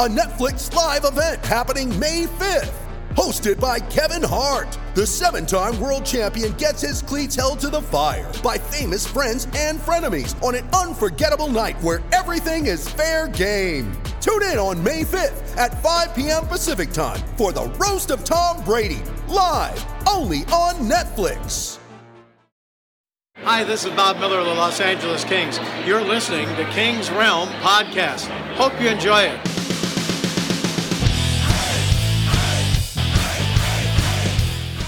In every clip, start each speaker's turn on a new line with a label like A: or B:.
A: a Netflix live event happening May 5th. Hosted by Kevin Hart, the seven time world champion gets his cleats held to the fire by famous friends and frenemies on an unforgettable night where everything is fair game. Tune in on May 5th at 5 p.m. Pacific time for the Roast of Tom Brady, live only on Netflix.
B: Hi, this is Bob Miller of the Los Angeles Kings. You're listening to King's Realm Podcast. Hope you enjoy it.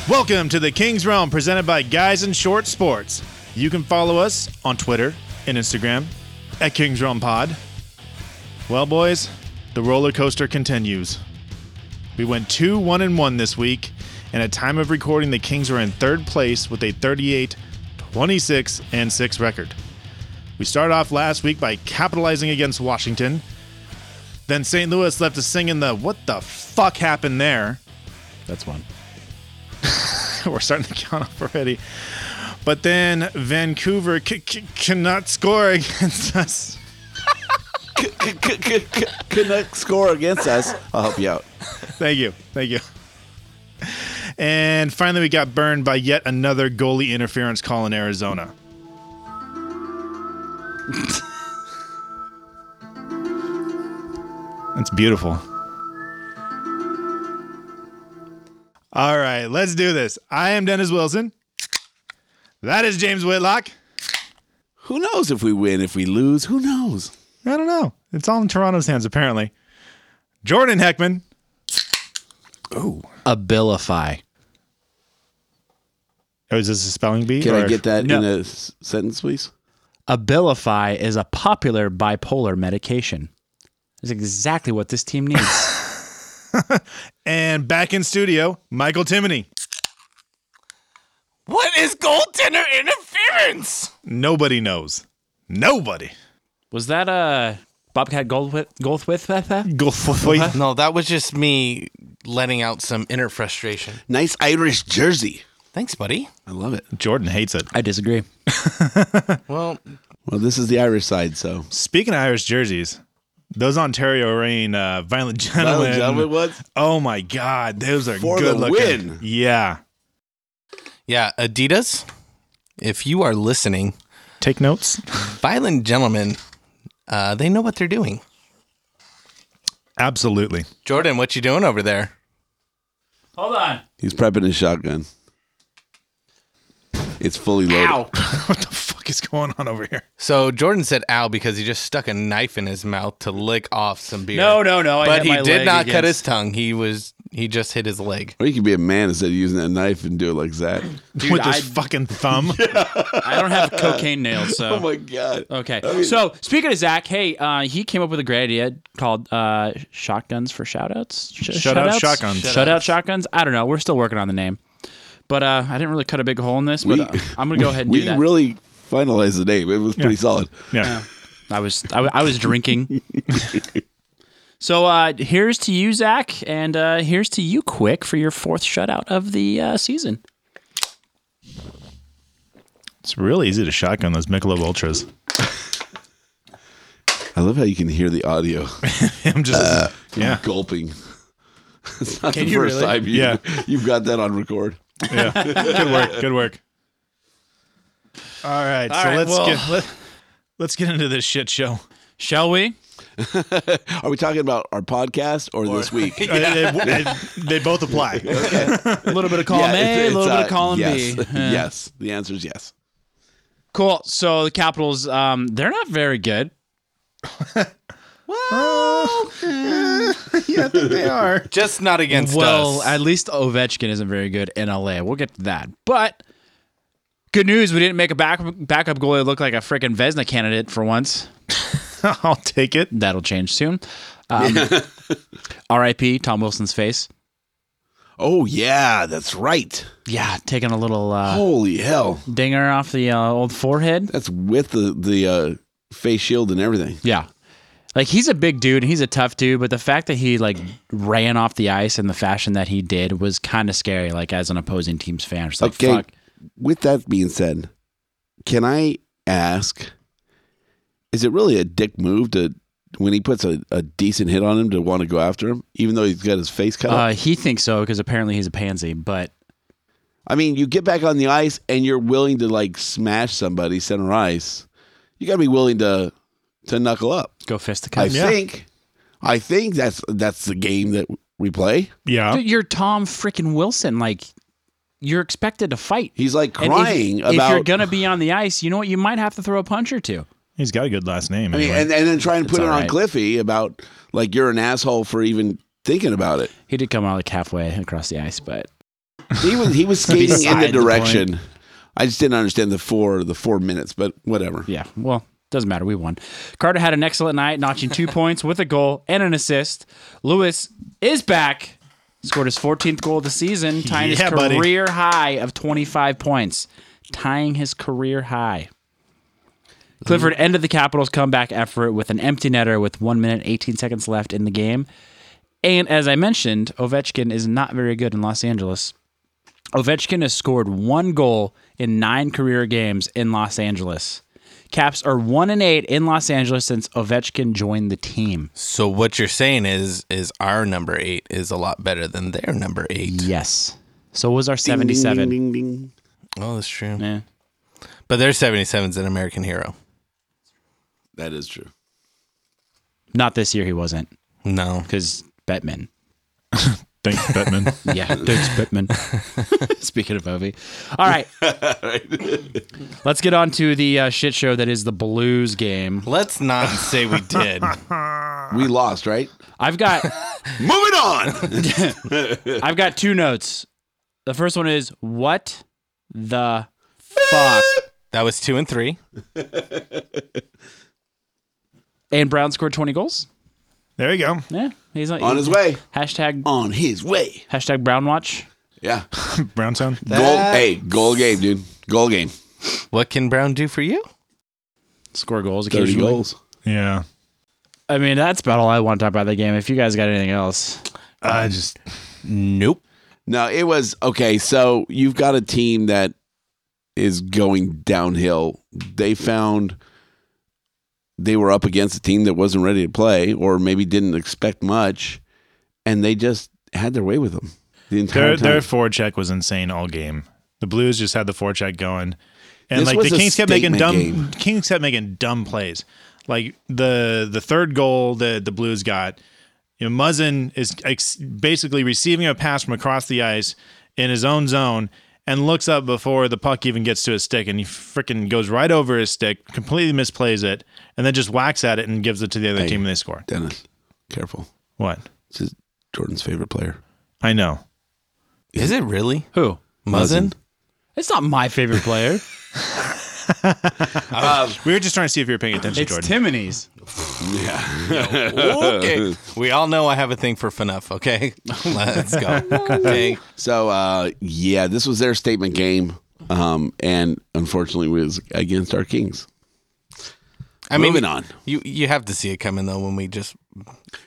C: Welcome to the King's Realm presented by Guys in Short Sports. You can follow us on Twitter and Instagram at King's Realm Pod. Well, boys, the roller coaster continues. We went 2 1 and 1 this week, and at time of recording, the Kings are in third place with a 38 26 and 6 record. We started off last week by capitalizing against Washington. Then St. Louis left us singing the what the fuck happened there.
D: That's one.
C: We're starting to count up already. But then Vancouver c- c- cannot score against us.
D: Canucks score against us. I'll help you out.
C: Thank you. Thank you. And finally, we got burned by yet another goalie interference call in Arizona. That's beautiful. All right, let's do this. I am Dennis Wilson. That is James Whitlock.
D: Who knows if we win, if we lose? Who knows?
C: I don't know. It's all in Toronto's hands, apparently. Jordan Heckman.
E: Abilify.
C: Oh, is this a spelling bee?
D: Can I
C: or-
D: get that
E: No.
D: in a s- sentence, please?
E: Abilify is a popular bipolar medication. It's exactly what this team needs.
C: And back in studio, Michael Timoney.
F: What is goaltender interference?
C: Nobody knows. Nobody.
E: Was that a Bobcat Goldthwait? Goldthwait?
C: Go for it.
F: No, that was just me letting out some inner frustration.
D: Nice Irish jersey.
F: Thanks, buddy.
D: I love it.
C: Jordan hates it.
E: I disagree.
F: Well,
D: Well, this is the Irish side, so.
C: Speaking of Irish jerseys, those Ontario Reign uh, Violent Gentlemen.
D: Ladies and gentlemen, what?
C: Oh my God, those are
D: For the
C: good looking.
D: win.
C: Yeah.
F: yeah, Adidas, if you are listening,
C: Take notes.
F: violent gentlemen, uh, they know what they're doing.
C: Absolutely.
F: Jordan, what you doing over there?
E: Hold on.
D: He's prepping his shotgun. It's fully loaded.
C: what the fuck is going on over here?
F: So Jordan said ow because he just stuck a knife in his mouth to lick off some beer.
E: Oh, No, no, no. I
F: But
E: hit
F: he
E: my
F: did
E: leg
F: not cut his
E: against-
F: tongue. He was he just hit his leg.
D: Or you could be a man instead of using that knife and do it like that.
C: With
E: I-
C: this fucking thumb.
E: I don't have cocaine nails, so.
D: Oh my God.
E: Okay. so speaking of Zach, hey, uh, he came up with a great idea called uh, shotguns for shoutouts. Sh-
C: Shut out
E: shoutouts?
C: shotguns.
E: Shutout shotguns. I don't know. We're still working on the name, but uh, I didn't really cut a big hole in this. But
D: We-
E: uh, I'm gonna go ahead and
D: we
E: do that.
D: really finalized the name. It was pretty solid.
C: Yeah.
E: I was I, I was drinking. so uh, here's to you, Zach, and uh, here's to you, Quick, for your fourth shutout of the uh, season.
C: It's really easy to shotgun those Michelob Ultras.
D: I love how you can hear the audio.
C: I'm just,
F: Uh,
C: yeah.
D: gulping. It's not
E: Can
D: the
E: you
D: first
E: really?
D: time you,
C: Yeah.
D: you've got that on record.
C: good work. Good work. All right. so
E: right,
C: let's
E: well-
C: get let, let's get into this shit show.
E: Shall we?
D: Are we talking about our podcast or, this week?
C: Uh, they, they- they both apply.
E: A little bit of column
D: Yeah,
E: A,
D: it's-
E: a little
D: it's,
E: bit
D: uh,
E: of column
D: yes.
E: B. Yeah.
D: yes. The answer is yes.
E: Cool. So the Capitals, um, they're not very good.
C: eh, yeah, I think they are.
F: Just not against
E: Well,
F: us.
E: at least Ovechkin isn't very good in LA. We'll get to that. But
C: Good news, we didn't make a back, backup goalie look like a freaking Vesna candidate for once.
G: I'll take it.
C: That'll change soon. Um, R.I.P. Tom Wilson's face.
D: Oh yeah, that's right.
C: Yeah, taking a little
G: Oh.
C: uh,
D: Holy hell,
C: dinger off the uh, old forehead.
D: that's with the the uh, face shield and everything.
C: Yeah. Like he's a big dude and he's a tough dude, but the fact that he like ran off the ice in the fashion that he did was kind of scary. Like as an opposing team's fan, just like
D: okay.
C: fuck.
D: With that being said, can I ask? Is it really a dick move to when he puts a, a decent hit on him to want to go after him, even though he's got his face cut? off?
C: Uh, he thinks so because apparently he's a pansy. But
D: I mean, you get back on the ice and you're willing to like smash somebody center ice. You got to be willing to to knuckle up.
C: go fist the
D: I
C: cuffs.
D: think, I think that's that's the game that we play.
G: Yeah.
C: Dude, you're Tom freaking Wilson. Like you're expected to fight.
D: He's like
C: And if-
D: crying
C: if,
D: about.
C: you're gonna be on the ice, you know what? You might have to throw a punch or two.
G: He's got a good last name.
D: I mean,
G: anyway.
D: and, and then try and put it
C: all
D: on
C: right.
D: Cliffy about like you're an asshole for even thinking about it.
C: He did come out like halfway across the ice, but
D: He was he was skating in
C: Beside
D: the
C: the
D: direction. I just didn't understand the four the four minutes, but whatever.
C: yeah, well, doesn't matter. We won. Carter had an excellent night, notching two points with a goal and an assist. Lewis is back, scored his 14th goal of the season, tying
G: Yeah,
C: his
G: buddy.
C: career high of 25 points, tying his career high. Clifford ended the Capitals' comeback effort with an empty netter with one minute 18 seconds left in the game. And as I mentioned, Ovechkin is not very good in Los Angeles. Ovechkin has scored one goal in nine career games in Los Angeles. Caps are one and eight in Los Angeles since Ovechkin joined the team.
F: So what you're saying is is our number eight is a lot better than their number eight.
C: Yes. So was our
D: Ding, ding,
C: 77.
D: Ding, ding, ding.
F: Oh, that's true.
C: Yeah.
F: But their 77's an American hero.
D: That is true.
C: Not this year, he wasn't,
F: No.
C: because Bettman.
G: Thanks, Bettman.
C: Yeah, thanks, Bettman. Speaking of Ovi. All right. Let's get on to the uh, shit show that is the Blues game.
F: Let's not say we did.
D: We lost, right?
C: I've got.
D: Moving on.
C: I've got two notes. The first one is what the fuck.
F: that was two and three.
C: And Brown scored 20 goals.
G: there you go.
C: Yeah, he's like,
D: on his way.
C: Hashtag
D: On his way.
C: hashtag Brown Watch.
D: Yeah.
G: Brown sound.
D: Goal. Hey, goal game, dude. Goal game.
F: What can Brown do for you?
C: Score goals
D: Thirty
C: occasionally.
D: goals.
G: Yeah.
C: I mean, that's about all I want to talk about that game. If you guys got anything else,
G: I just
F: Nope.
D: No, it was okay. So you've got a team that is going downhill. They found they were up against a team that wasn't ready to play or maybe didn't expect much, and they just had their way with them the entire
G: their
D: time.
G: their forecheck was insane all game. The Blues just had the forecheck going, and
D: This
G: like
D: was
G: the
D: a
G: Kings kept making
D: statement
G: dumb
D: game.
G: Kings kept making dumb plays. Like the the third goal that the Blues got, you know, Muzzin is ex- basically receiving a pass from across the ice in his own zone and looks up before the puck even gets to his stick, and he freaking goes right over his stick, completely misplays it, and then just whacks at it and gives it to the other team, and they score.
D: Dennis, careful.
G: What?
D: This is Jordan's favorite player.
G: I know.
F: Is it really?
C: who?
F: Muzzin?
C: It's not my favorite player.
G: Um, We were just trying to see if you were paying attention,
C: it's
G: Jordan.
C: Timoney's.
F: okay. We all know I have a thing for FNUF, okay? Let's go. Okay.
D: So uh, yeah, this was their statement game, um, and unfortunately, it was against our Kings.
F: I
D: Moving on.
F: You you have to see it coming though when we just,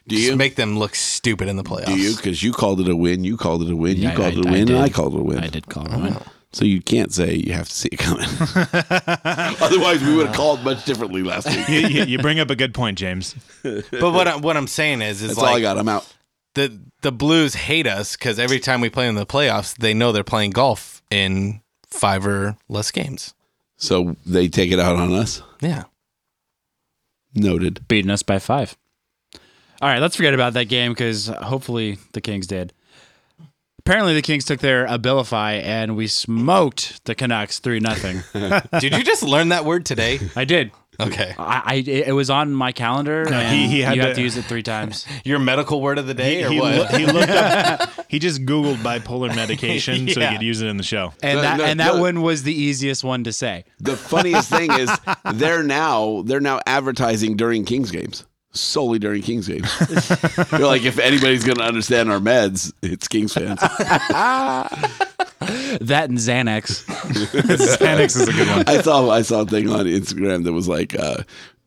D: Do
F: just
D: you?
F: make them look stupid in the playoffs.
D: Do you? Because you called it a win. You called it a win. you called it a win. and I called it a win. Oh.
C: I did call it.
D: So you can't say you have to see it coming. Otherwise, we would have called much differently last week. That's
G: you, you- you bring up a good point, James.
F: But what I, what I'm saying is is
D: all I
F: like
D: got. I'm out.
F: the the Blues hate us because every time we play in the playoffs, they know they're playing golf in five or less games.
D: So they take it out on us.
F: Yeah.
D: Noted.
C: beating us by five. All right, let's forget about that game because hopefully the Kings did. Apparently, the Kings took their Abilify and we smoked the Canucks 3 0.
F: Did you just learn that word today?
C: I did.
F: Okay.
C: I, I it was on my calendar.
G: No,
C: and
G: he- he had
C: you
G: to-
C: have to use it three times.
F: Your medical word of the day
G: He,
F: or
G: he
F: what?
G: loo- he looked up. He just Googled bipolar medication so he
F: Yeah.
G: could use it in the show.
C: And
D: No,
C: that
D: no,
C: and that
D: no.
C: one was the easiest one to say.
D: The funniest thing is they're now they're now advertising during Kings games. Solely during Kings games. they're like, if anybody's gonna understand our meds, it's Kings fans.
C: That and Xanax.
G: Xanax is a good one.
D: I saw I saw a thing on Instagram that was like, uh,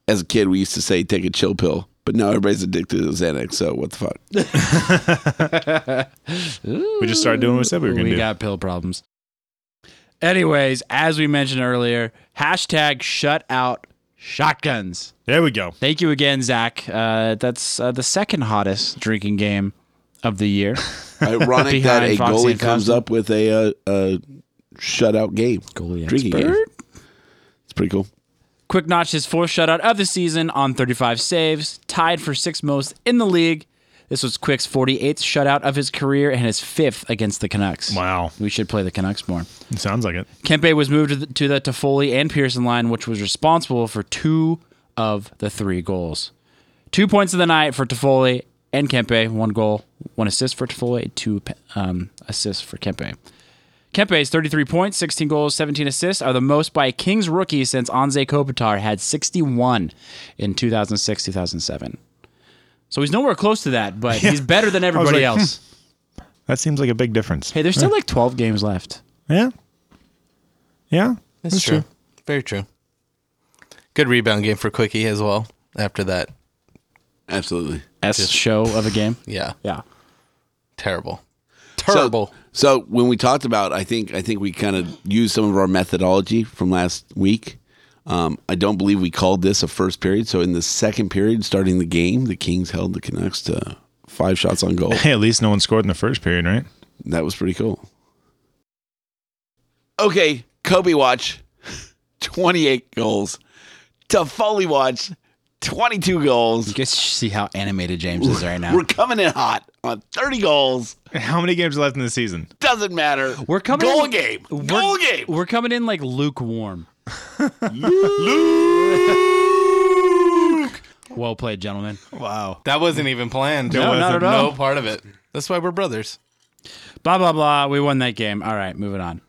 D: as a kid we used to say take a chill pill, but now everybody's addicted to Xanax, so what the fuck?
G: We just started doing what we said we were going to do.
C: we got pill problems. Anyways, as we mentioned earlier, hashtag shut out shotguns.
G: there we go.
C: Thank you again, Zach. Uh, that's uh, the second hottest drinking game of the year.
D: Ironic that
C: Behind
D: a
C: Foxy
D: goalie
C: and
D: comes
C: Foxy.
D: up with a, uh, a shutout game.
C: Goalie
D: Drinking game.
C: expert.
D: It's pretty cool.
C: Quick notch his fourth shutout of the season on 35 saves, tied for sixth most in the league. This was Quick's 48th shutout of his career and his fifth against the Canucks.
G: Wow.
C: We should play the Canucks more.
G: It sounds like it.
C: Kempe was moved to the, to the Toffoli and Pearson line, which was responsible for two of the three goals. Two points of the night for Toffoli and Kempe. One goal, one assist for Toffoli, two um, assists for Kempe. Kempe's 33 points, 16 goals, 17 assists are the most by a Kings rookie since Anze Kopitar had 61 in 2006 2007. So he's nowhere close to that, but he's better than everybody
G: like,
C: else.
G: That seems like a big difference.
C: Hey, there's still like 12 games left.
G: Yeah. Yeah.
F: That's, true. Very true. Good rebound game for Quickie as well after that.
D: Absolutely.
C: S show of a game.
F: Yeah.
C: Yeah.
F: Terrible.
D: So-
F: Terrible.
D: So, when we talked about, I think I think we kind of used some of our methodology from last week. Um, I don't believe we called this a first period. So in the second period, starting the game, the Kings held the Canucks to five shots on goal.
G: Hey, at least no one scored in the first period, right?
D: That was pretty cool. Okay, Kobe watch, 28 goals. Toffoli watch, 22
C: You
D: goals.
C: guys should see how animated James is right now.
D: We're coming in hot on 30 goals.
G: How many games left in the season?
D: Doesn't matter.
C: We're coming
D: goal
C: in-
D: game.
C: We're-
D: Goal game.
C: We're coming in like lukewarm. Luke. Well played, gentlemen.
G: Wow.
F: That wasn't even planned.
C: No, not at all.
F: No part of it. That's why we're brothers.
C: Blah blah blah. We won that game. All right, moving on.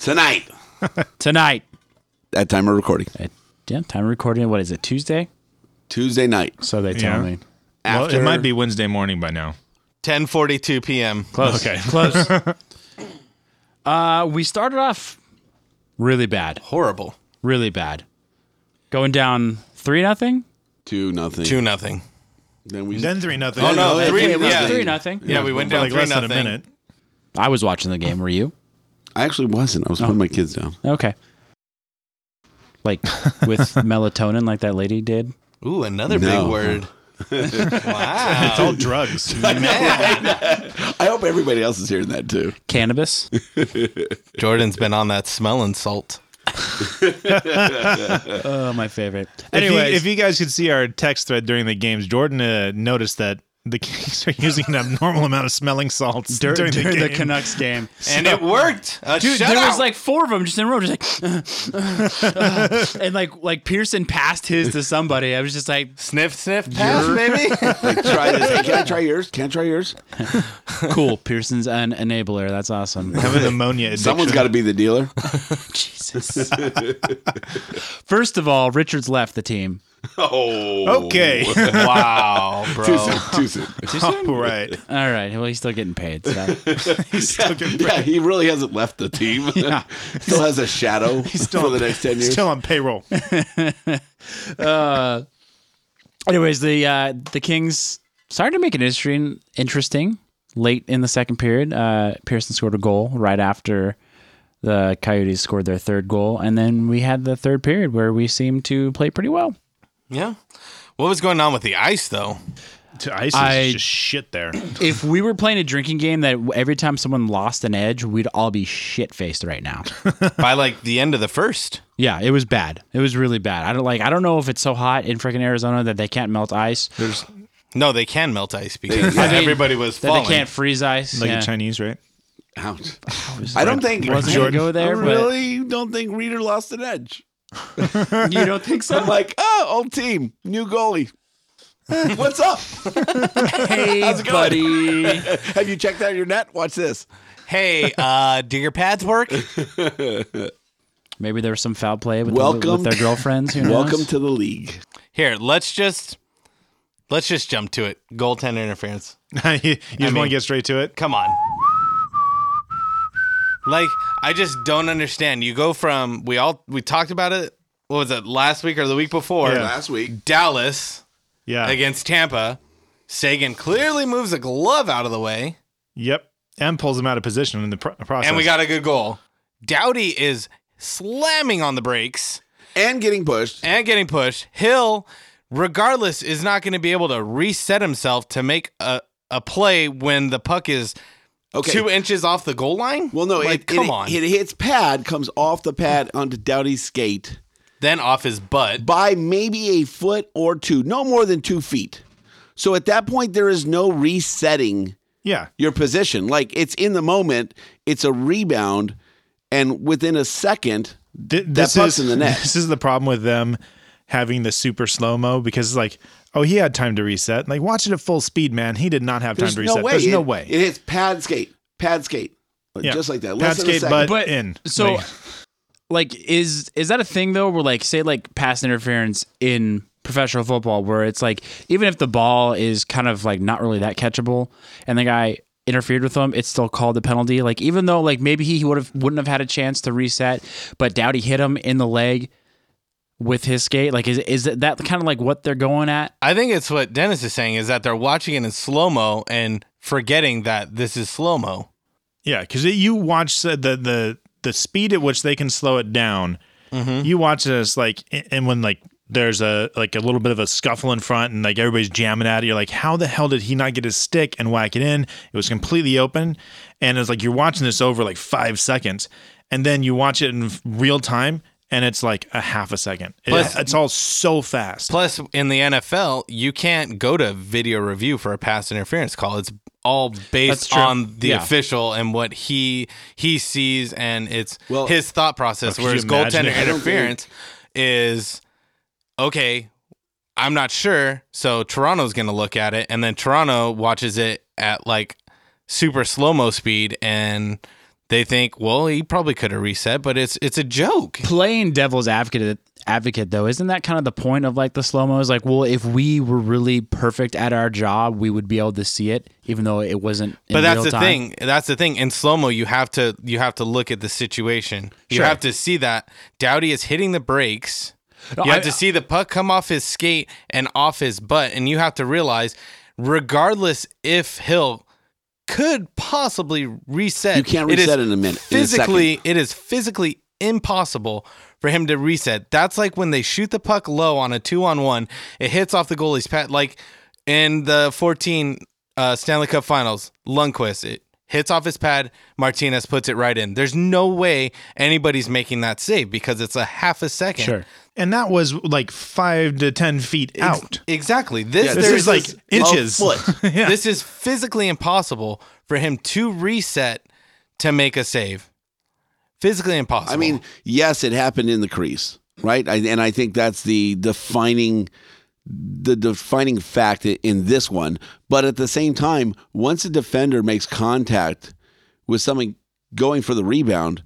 D: Tonight.
C: Tonight.
D: That time of recording.
C: Uh, yeah, time of recording. What is it? Tuesday.
D: Tuesday night.
C: So they tell
G: Yeah.
C: me.
G: Well,
D: After
G: it might be Wednesday morning by now.
F: 10:42 p.m.
C: Close.
G: Okay.
C: Close. uh, we started off really bad.
F: Horrible.
C: Really bad. Going down three nothing.
D: two nothing.
F: Two nothing.
D: Then we
G: Then three nothing.
F: Oh no,
D: yeah,
F: three.
D: yeah, we-
F: Yeah,
C: Three nothing.
F: yeah, we went down
G: like
F: three
G: less
F: nothing.
G: than a minute.
C: I was watching the game. Were you?
D: I actually wasn't. I
C: Oh.
D: was putting my kids down.
C: Okay. Like with melatonin, like that lady did.
F: Ooh, another
D: No.
F: big word.
G: It's all
F: wow.
G: drugs.
D: I hope everybody else is hearing that too.
C: Cannabis.
F: Jordan's been on that smelling salt.
C: oh, my favorite.
G: If you,
C: Anyways,
G: if you guys could see our text thread during the games, Jordan uh, noticed that the Kings are using an abnormal amount of smelling salts
C: dur-
G: during,
C: during
G: the
C: the,
G: game.
C: Canucks game,
F: And it worked. A
C: dude, there
F: shutout.
C: was like four of them just in a row, just like, and like like Pearson passed his to somebody. I was just like,
F: sniff, sniff, pass, baby.
D: Like, try this. Hey, can I try yours? Can I try yours?
C: cool. Pearson's an enabler. That's awesome.
G: Have an ammonia addiction.
D: Someone's got to be the dealer.
C: Jesus. First of all, Richards left the team.
D: Oh,
G: Okay.
F: wow,
D: Too
F: bro.
D: soon. Too soon.
G: all right.
C: All right. Well, he's still getting paid. So.
D: yeah, he really hasn't left the team.
C: Yeah.
D: still has a shadow for the next ten years.
G: Still on payroll.
C: Anyways, the uh, the Kings started to make it interesting. Interesting late in the second period. Uh, Pearson scored a goal right after the Coyotes scored their third goal, and then we had the third period where we seemed to play pretty well.
F: Yeah. What was going on with the ice though?
G: To ice is
C: I-
G: just shit there.
C: If we were playing a drinking game that every time someone lost an edge, we'd all be shit faced right now.
F: By like the end of the first.
C: yeah, it was bad. It was really bad. I don't like. I don't know if it's so hot in freaking Arizona that they can't melt ice.
F: No, they can melt ice because
C: I mean,
F: everybody was
C: that
F: falling.
C: they can't freeze ice.
G: Like
C: yeah.
G: a Chinese, right?
D: Ouch. I don't think
C: Wasn't gonna
G: Jordan.
C: go
D: I
C: there, but
D: really don't think Reader lost an edge.
C: You don't think so?
D: I'm like, oh, old team, new goalie. What's up?
C: hey,
D: How's it going?
C: buddy.
D: Have you checked out your net? Watch this.
F: Hey, uh, do your pads work?
C: Maybe there was some foul play with,
D: Welcome-
C: the, with their girlfriends. Who knows?
D: Welcome to the league.
F: Here, let's just let's just jump to it. Goaltender interference.
G: you just want
F: mean-
G: to get straight to it.
F: Come on. Like, I just don't understand. You go from we all we talked about it. What was it last week or the week before?
G: Yeah.
D: Last week,
F: Dallas
G: Yeah.
F: against Tampa. Sagan clearly moves a glove out of the way,
G: Yep. And pulls him out of position in the pro- process.
F: and we got a good goal. Dowdy is slamming on the brakes
D: and getting pushed.
F: and getting pushed. Hill, regardless, is not going to be able to reset himself to make a, a play when the puck is
D: Okay.
F: two inches off the goal line.
D: well, no,
F: like
D: it,
F: come
D: it,
F: on,
D: It hits pad, comes off the pad onto Dowdy's skate
F: then off his butt.
D: by maybe a foot or two, no more than two feet. So at that point, there is no resetting
G: yeah.
D: your position. Like it's in the moment, it's a rebound, and within a second,
G: Th-
D: that
G: this
D: puck's
G: is,
D: in the net.
G: This is the problem with them having the super slow mo because it's like, oh, he had time to reset. Like, watch it at full speed, man. He did not have
D: There's
G: time to
D: no
G: reset.
D: way.
G: There's
D: it,
G: no way.
D: It hits pad skate, pad skate,
G: Yeah.
D: just like that.
G: Pad
D: Less than a
G: skate,
D: second.
G: but in.
C: So,
G: Like-
C: like, is is that a thing though? Where like, say, like pass interference in professional football, where it's like, even if the ball is kind of like not really that catchable, and the guy interfered with him, it's still called a penalty. Like, even though like maybe he would have wouldn't have had a chance to reset, but Dowdy hit him in the leg with his skate. Like, is is that, that kind of like what they're going at?
F: I think it's what Dennis is saying is that they're watching it in slow mo and forgetting that this is slow mo.
G: Yeah, because you watch the, the the the speed at which they can slow it down. You watch this like, a- and when like there's a like a little bit of a scuffle in front, and like everybody's jamming at it. You're like, how the hell did he not get his stick and whack it in? It was completely open, and it's like you're watching this over like five seconds, and then you watch it in real time, and it's like a half a second. It-
F: Plus-
G: it's all so fast.
F: Plus, in the NFL, you can't go to video review for a pass interference call. It's all
C: That's
F: based
C: true.
F: on the
C: Yeah.
F: official and what he he sees, and it's
D: Well-
F: his thought process.
G: Oh, could
F: whereas
G: you imagine?
F: goaltender
G: I
D: don't
F: interference is okay. I'm not sure, so Toronto's going to look at it, and then Toronto watches it at like super slow mo speed, and they think, well, he probably could have reset, but it's it's a joke.
C: Playing devil's advocate advocate though, isn't that kind of the point of like the slow mo? Is like, well, if we were really perfect at our job, we would be able to see it, even though it wasn't. In
F: but that's
C: real
F: the
C: time.
F: thing that's the thing in slow mo you have to you have to look at the situation you
C: Sure.
F: have to see that dowdy is hitting the brakes you have
C: I-
F: to see the puck come off his skate and off his butt and you have to realize regardless if hill could possibly reset
D: You can't
F: it is
D: reset in a minute- in a second.
F: physically it is physically impossible for him to reset that's like when they shoot the puck low on a two-on-one it hits off the goalie's pad like in the 14 uh, Stanley Cup Finals, Lundqvist it hits off his pad. Martinez puts it right in. There's no way anybody's making that save because it's a half a second.
C: uh, Sure.
G: and that was like five to ten feet
F: Ex-
G: out.
F: Exactly. This,
D: Yeah,
G: This
F: there's
G: is like
D: is a
G: inches.
D: foot.
G: yeah.
F: this is physically impossible for him to reset to make a save. Physically impossible.
D: I mean, yes, it happened in the crease, right? I, and I think that's the defining the defining fact i- in this one. But at the same time, once a defender makes contact with someone going for the rebound,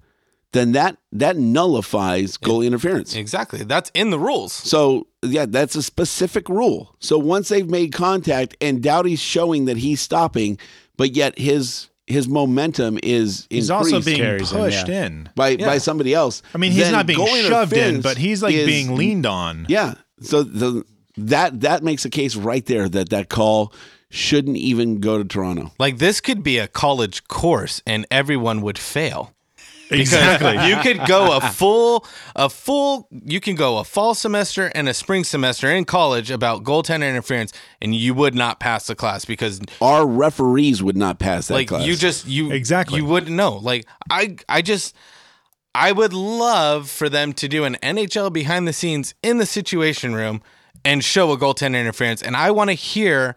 D: then that that nullifies goalie interference.
F: exactly. That's in the rules.
D: So yeah, that's a specific rule. So once they've made contact and Dowdy's showing that he's stopping, but yet his his momentum is
G: He's also
D: increased
G: being
C: carries in,
G: pushed
C: yeah.
G: in.
D: by by somebody else.
G: I mean, he's
D: then
G: not being
D: goal
G: shoved in,
D: interference
G: but he's like
D: is-
G: being leaned on.
D: Yeah. So the that that makes a case right there that that call shouldn't even go to Toronto.
F: Like this could be a college course and everyone would fail.
G: Exactly.
F: you could go a full a full you can go a fall semester and a spring semester in college about goaltender interference and you would not pass the class because
D: Our referees would not pass that
F: like
D: class.
F: you just you
G: Exactly.
F: you wouldn't know like i i just i would love for them to do an nhl behind the scenes in the situation room and show a goaltender interference and i want to hear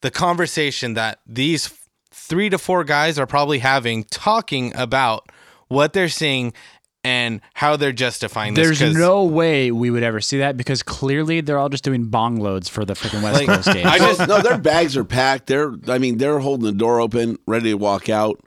F: the conversation that these three to four guys are probably having talking about what they're seeing and how they're justifying this.
C: There's
F: 'cause,
C: no way we would ever see that because clearly they're all just doing bong loads for the freaking West
F: Like,
C: Coast games.
F: I just
D: no, their bags are packed. They're, I mean, they're holding the door open, ready to walk out,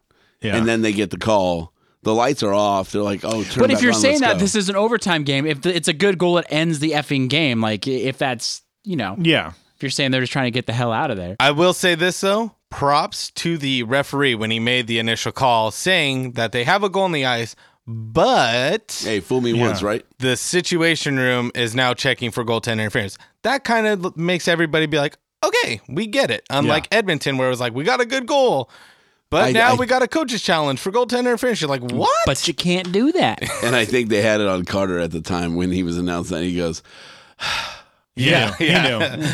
G: Yeah.
D: and then they get the call. The lights are off. They're like, "Oh, turn
C: but if
D: back
C: you're
D: on,
C: saying
D: let's
C: that
D: go.
C: this is an overtime game, if the, it's a good goal, it ends the effing game. Like i- if that's you know,
G: Yeah.
C: if you're saying they're just trying to get the hell out of there,
F: I will say this though. Props to the referee when he made the initial call saying that they have a goal on the ice, but
D: hey, fool me once, right?
F: the situation room is now checking for goaltender interference. That kind of l- makes everybody be like, okay, we get it. Unlike Edmonton, where it was like, we got a good goal, but
D: I-
F: now
D: I-
F: we got a coach's challenge for goaltender interference. You're like, what?
C: but you can't do that.
D: And I think they had it on Carter at the time when he was announced that. He goes,
G: Yeah.
F: Yeah.
G: You know.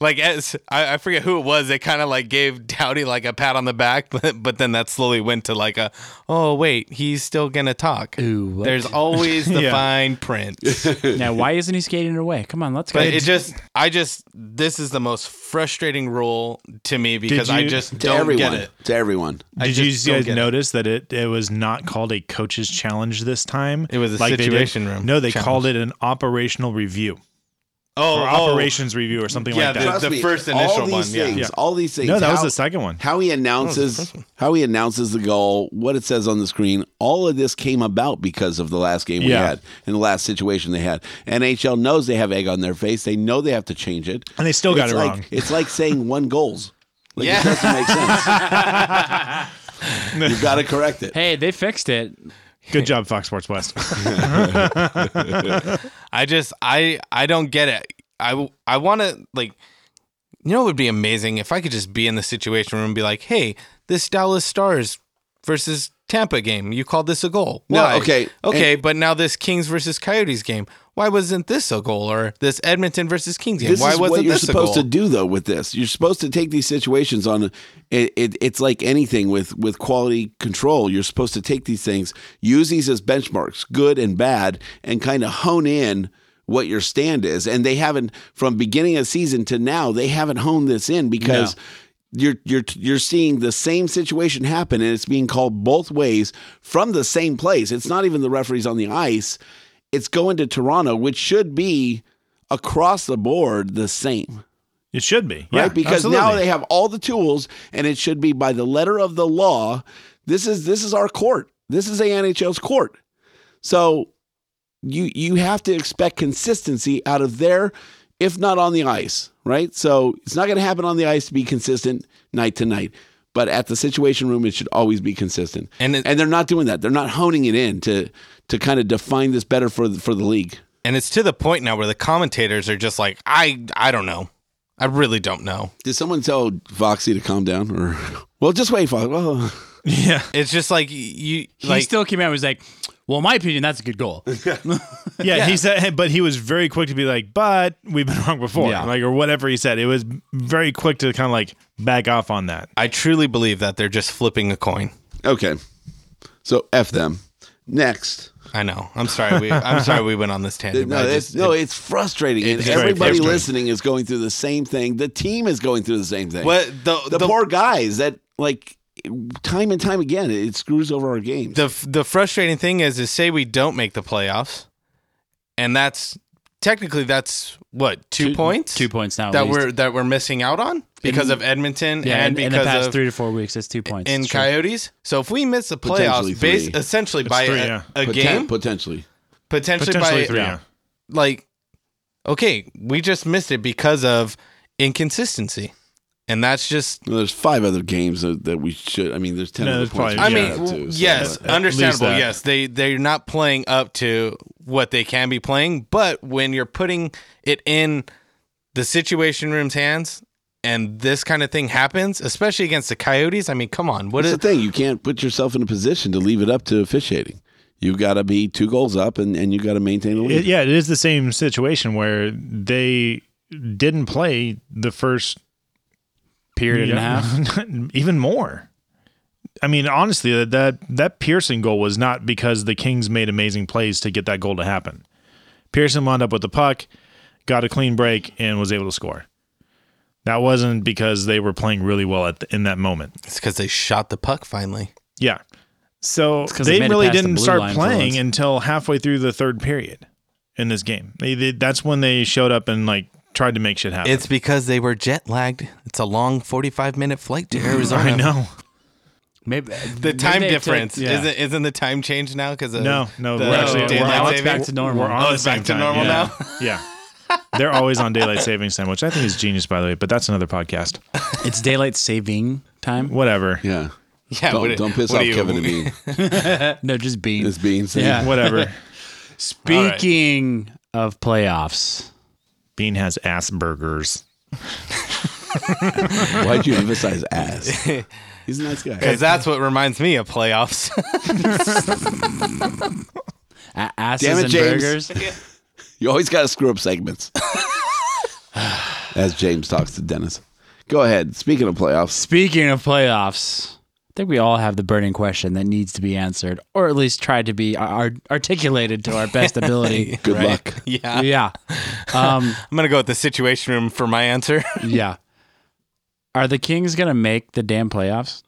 F: like, as I, I forget who it was, they kind of like gave Dowdy like a pat on the back, but, but then that slowly went to like a, oh wait, he's still gonna talk.
C: Ooh, what?
F: There's always the
G: Yeah.
F: fine print.
C: now why isn't he skating it away? Come on, let's go.
F: But it just, I just, this is the most frustrating rule to me because I
G: you-
F: just
D: "To
F: don't
D: everyone,
F: get it.
D: to everyone."
F: I
G: Did you
F: just don't
G: guys
F: get it.
G: notice that it, it was not called a coach's challenge this time?
F: It was a
G: they did-
F: situation room
G: No, they
F: challenge.
G: called it an operational review or
F: Oh, oh.
G: operations review or something
F: Yeah,
G: like that.
F: the-
D: Trust me,
F: first
D: all
F: initial
D: these
F: one, yeah.
D: Things,
G: Yeah.
D: All these things.
G: no, that was
D: How-
G: the second one.
D: How he announces how he announces the goal, what it says on the screen, all of this came about because of the last game we
G: Yeah.
D: had and the last situation they had. NHL knows they have egg on their face. They know they have to change it.
G: And they still got
D: It's
G: it
D: like,
G: wrong.
D: It's like saying one goals. Like
F: Yeah.
D: it doesn't make sense. You've got to correct it.
C: hey, they fixed it.
G: Good job, Fox Sports West.
F: I just I I don't get it. I I want to like you know it would be amazing if I could just be in the situation room and be like, "Hey, this Dallas Stars versus Tampa game, you called this a goal.
D: No,
F: Why?
D: okay,
F: Okay, but now this Kings versus Coyotes game, why wasn't this a goal or this Edmonton versus Kings game?
D: This
F: why
D: is
F: wasn't
D: what you're
F: this
D: supposed
F: a goal?
D: to do though with this. You're supposed to take these situations on. It, it, it's like anything with with quality control. You're supposed to take these things, use these as benchmarks, good and bad, and kind of hone in what your stand is. And they haven't from beginning of season to now. They haven't honed this in because. You're, you're you're seeing the same situation happen and it's being called both ways from the same place. It's not even the referees on the ice. It's going to Toronto, which should be across the board the same,
G: it should be.
D: right?
G: Yeah,
D: because
G: absolutely.
D: now they have all the tools and it should be by the letter of the law. This is this is our court. This is ANHL's court. So you you have to expect consistency out of there if not on the ice, right? So it's not going to happen on the ice to be consistent night to night. But at the situation room, it should always be consistent,
F: And it-
D: and they're not doing that. They're not honing it in to to kind of define this better for the, for the league.
F: And it's to the point now where the commentators are just like, "I I don't know. I really don't know."
D: Did someone tell Voxy to calm down, or well, just wait, Fox? Well,
G: Yeah.
F: It's just like you
C: He
F: like
C: still came out and was like, "Well, in my opinion, that's a good goal."
G: Yeah, he said, but he was very quick to be like, "But we've been wrong before,"
C: Yeah.
G: like or whatever he said. It was very quick to kind of like back off on that.
F: I truly believe that they're just flipping a coin.
D: okay. So f them. Next,
F: I know. I'm sorry. We, I'm sorry we went on this tangent.
D: no,
F: but I
D: it's,
F: just-
D: no, it's frustrating, and
F: It's very
D: everybody
G: frustrating.
D: listening is going through the same thing. The team is going through the same thing.
F: What the
D: the,
F: the,
D: poor guys that like time and time again, it screws over our games.
F: the the frustrating thing is is say we don't make the playoffs, and that's technically that's what two, points
C: two points now at
F: that
C: least.
F: we're that we're missing out on because of Edmonton
C: yeah,
F: and
C: in, in
F: because
C: the past
F: of
C: three to four weeks, it's two points.
F: in
C: It's true.
F: Coyotes. So if we miss the
D: Potentially
F: playoffs, base,
D: three.
F: essentially by
G: three,
F: a,
G: yeah.
F: a
D: Poten-
F: game,
D: potentially.
F: potentially,
G: Potentially
F: by
G: three. Yeah.
F: like okay, we just missed it because of inconsistency, and that's just
D: Well, there's five other games that, that we should. I mean, there's ten
G: No,
D: other
G: there's
D: points.
F: I
G: probably-
D: we should have,
G: Yeah,
F: mean, w-
D: too, so-
F: yes,
G: At- at
F: understandable.
G: least that.
F: Yes, they they're not playing up to what they can be playing, but when you're putting it in the situation room's hands and this kind of thing happens, especially against the Coyotes, I mean, come on, what
D: That's
F: is
D: the thing. You can't put yourself in a position to leave it up to officiating. You've got to be two goals up, and, and you got to maintain the lead.
G: It- yeah, it is the same situation where they didn't play the first
C: period and a half.
G: even more. I mean, honestly, that- that that Pearson goal was not because the Kings made amazing plays to get that goal to happen. Pearson wound up with the puck, got a clean break, and was able to score. That wasn't because they were playing really well at the, in that moment.
F: It's because they shot the puck finally.
G: Yeah. So
C: 'cause
G: they
C: they made it
G: really
C: past the
G: didn't
C: blue
G: start
C: line for
G: playing
C: once.
G: until halfway through the third period in this game. They, they, that's when they showed up and like tried to make shit happen.
F: It's because they were jet lagged. It's a long 45 minute flight to Arizona.
G: I know.
C: Maybe
F: The time difference
G: yeah.
F: isn't isn't the time change now because
G: No, no,
F: the
G: we're actually
F: daylight
G: we're
C: now it's
F: saving?
C: back to normal.
G: We're on
F: Oh,
G: the
F: it's
G: same
F: back to
G: time,
F: normal
G: yeah.
F: now?
G: yeah. They're always on daylight savings time, which I think is genius, by the way. But that's another podcast.
C: It's daylight saving time.
G: Whatever.
D: Yeah.
F: Yeah,
D: don't,
F: what it-
D: don't piss
F: what
D: off
F: do you-
D: Kevin and me.
C: No, just beans.
D: It's beans.
C: Yeah.
G: Whatever.
F: right.
C: Speaking of playoffs,
G: Bean has ass burgers.
D: Why'd you emphasize ass? He's a nice guy.
F: Because that's what reminds me of playoffs.
C: a- asses
D: Damn it,
C: and
D: James.
C: burgers.
D: You always got to screw up segments. As James talks to Dennis. Go ahead. Speaking of playoffs,
C: Speaking of playoffs, I think we all have the burning question that needs to be answered, or at least tried to be ar- articulated to our best ability.
D: good luck.
F: yeah.
C: yeah. Um,
F: I'm going to go with the situation room for my answer.
C: yeah. Are the Kings going to make the damn playoffs?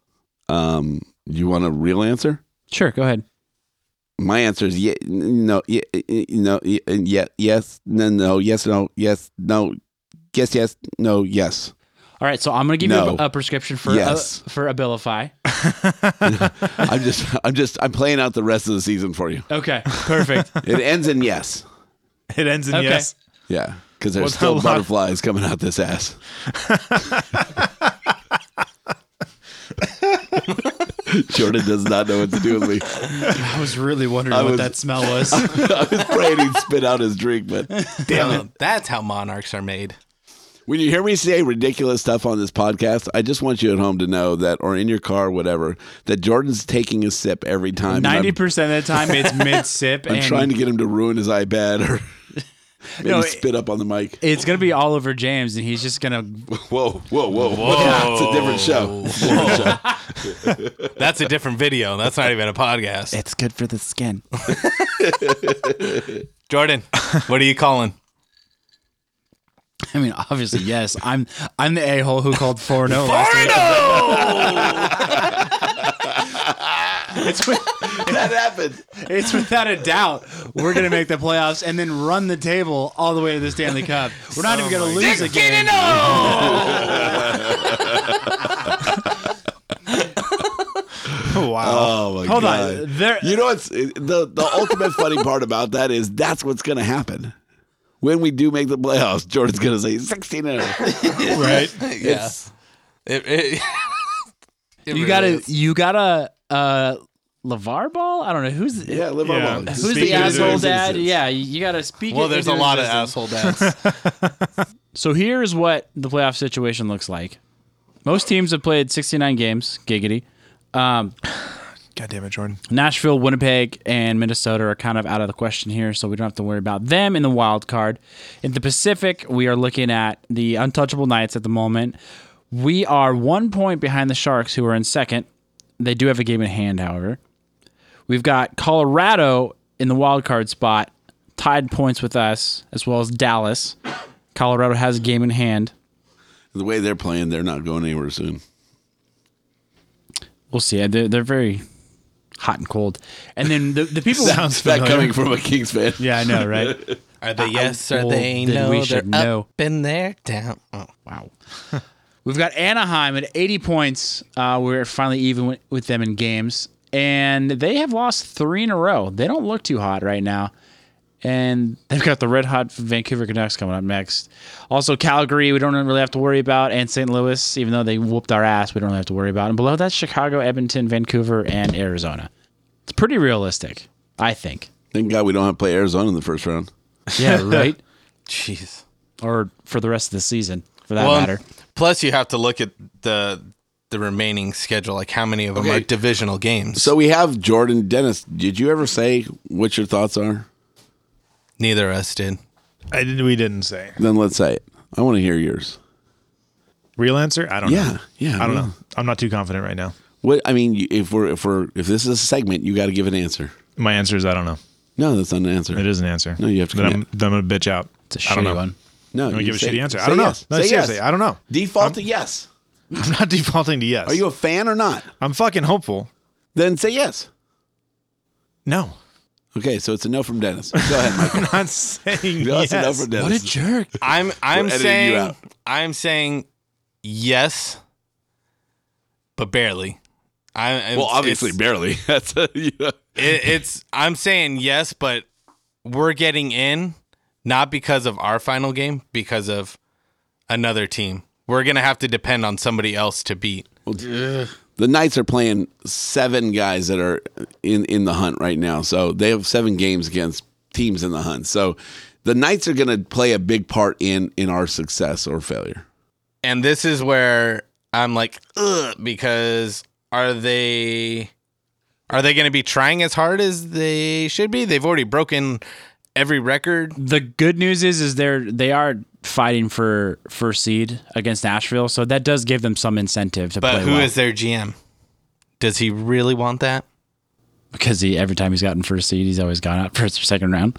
D: Um, you want a real answer?
C: Sure, go ahead.
D: My answer is yeah, no, yeah, no, yeah, yeah, yes, no, no, yes, no, yes, no, yes, yes, no, yes.
C: All right, so I'm going to give you
D: No.
C: a, a prescription for
D: Yes.
C: uh, for Abilify.
D: I'm just, I'm just, I'm playing out the rest of the season for you.
C: Okay, perfect.
D: It ends in yes.
G: It ends in
C: Okay.
G: yes.
D: Yeah, because there's
G: What's
D: still
G: the lot-
D: butterflies coming out this ass. Jordan does not know what to do with me.
C: I was really wondering
D: I
C: what
D: was-
C: that smell was.
D: I was praying he'd spit out his drink, but
F: Damn it. That's how monarchs are made.
D: when you hear me say ridiculous stuff on this podcast, I just want you at home to know that, or in your car, whatever, that Jordan's taking a sip every time. and I'm-
C: 90% of the time, it's mid sip.
D: I'm,
C: and
D: trying to get him to ruin his iPad or maybe
C: No, it-
D: spit up on the mic.
C: It's going to be all over James, and he's just going to.
D: Whoa, whoa, whoa, whoa! It's a different show. It's a different show.
F: That's a different video. That's not even a podcast.
C: It's good for the skin.
F: Jordan, what are you calling?
C: I mean, obviously, yes. I'm I'm the a hole who called 4 0 last week. It's, with-
D: that happened.
C: it's without a doubt we're going to make the playoffs and then run the table all the way to the Stanley Cup. We're not even going to lose again.
G: Wow.
D: Oh my
C: Hold
D: god!
C: on. There,
D: You know what's the the ultimate funny part about that is that's what's going to happen when we do make the playoffs. Jordan's going to say sixteen. and oh."
G: right.
F: Yes. It, it- it
C: you
F: really
C: got to
F: is.
C: you got to uh LeVar ball? I don't know who's
D: Yeah, live
G: Yeah.
D: on.
C: Who's
G: Speak
C: the
G: it into
C: asshole
G: existence.
C: dad? Yeah, you you gotta speak.
F: Well,
C: it
F: there's a
C: into
F: lot of
C: existence.
F: asshole dads.
C: So here's what the playoff situation looks like. Most teams have played 69 games. Giggity.
G: God damn it, Jordan.
C: Nashville, Winnipeg, and Minnesota are kind of out of the question here, so we don't have to worry about them in the wild card. In the Pacific, we are looking at the untouchable Knights at the moment. We are one point behind the Sharks, who are in second. They do have a game in hand, however. We've got Colorado in the wild card spot, tied points with us, as well as Dallas. Colorado has a game in hand.
D: The way they're playing, they're not going anywhere soon.
C: We'll see. They're, they're very hot and cold. And then the, the people.
G: Sounds
D: Is that
G: familiar.
D: coming from a Kings fan?
C: yeah, I know, right?
F: Are they yes?
C: well,
F: Are they
C: then
F: no?
C: we
F: They're
C: should know.
F: up and they're down. Oh.
C: Wow. We've got Anaheim at 80 points. Uh, we're finally even wi- with them in games. And they have lost three in a row. They don't look too hot right now. And they've got the red hot Vancouver Canucks coming up next. Also, Calgary, we don't really have to worry about. And St. Louis, even though they whooped our ass, we don't really have to worry about. And below that, Chicago, Edmonton, Vancouver, and Arizona. It's pretty realistic, I think.
D: Thank God we don't have to play Arizona in the first round.
C: Yeah, right?
F: Jeez.
C: or for the rest of the season, for that
F: Well,
C: matter.
F: Plus, you have to look at the the remaining schedule. Like how many of them
D: Okay.
F: are divisional games?
D: So we have Jordan Dennis. Did you ever say what your thoughts are?
F: neither of us did.
G: I did, we didn't say.
D: Then let's say it. I want to hear yours.
G: Real answer? I don't
D: Yeah,
G: know.
D: yeah,
G: I don't
D: yeah.
G: know. I'm not too confident right now.
D: What I mean, you- if we're if we're if this is a segment, you got to give an answer.
G: My answer is I don't know.
D: No, that's not an answer.
G: It is an answer.
D: No, you have to
G: Then I'm,
D: commit.
G: then I'm gonna bitch out.
C: It's a
G: I don't
C: shitty
G: know.
C: one.
D: No,
G: I'm gonna
D: you
G: give a
D: say-
G: shitty answer. I
D: say
G: don't know.
D: yes.
G: No,
D: Say
G: seriously,
D: yes.
G: I don't know.
D: Default to yes.
G: I'm not defaulting to yes.
D: Are you a fan or not?
G: I'm fucking hopeful.
D: Then say yes.
G: No.
D: Okay, so it's a no from Dennis. Go ahead, Michael.
G: Not saying
D: No,
G: yes.
D: it's a no from Dennis.
C: What a jerk.
F: I'm I'm
D: editing you
F: saying
D: out.
F: I'm saying yes, but barely. I it's-
D: well, obviously,
F: it's,
D: barely. That's a, you know.
F: it, it's I'm saying yes, but we're getting in not because of our final game, because of another team. We're gonna have to depend on somebody else to beat.
D: the Knights are playing seven guys that are in in the hunt right now. So they have seven games against teams in the hunt. So the Knights are going to play a big part in in our success or failure.
F: And this is where I'm like, ugh, because are they are they gonna be trying as hard as they should be? They've already broken every record.
C: The good news is, is they're they are fighting for first seed against Nashville, so that does give them some incentive to
F: But
C: play
F: who is
C: well.
F: their GM? Does he really want that?
C: because he every time he's gotten first seed, he's always gone out first or second round.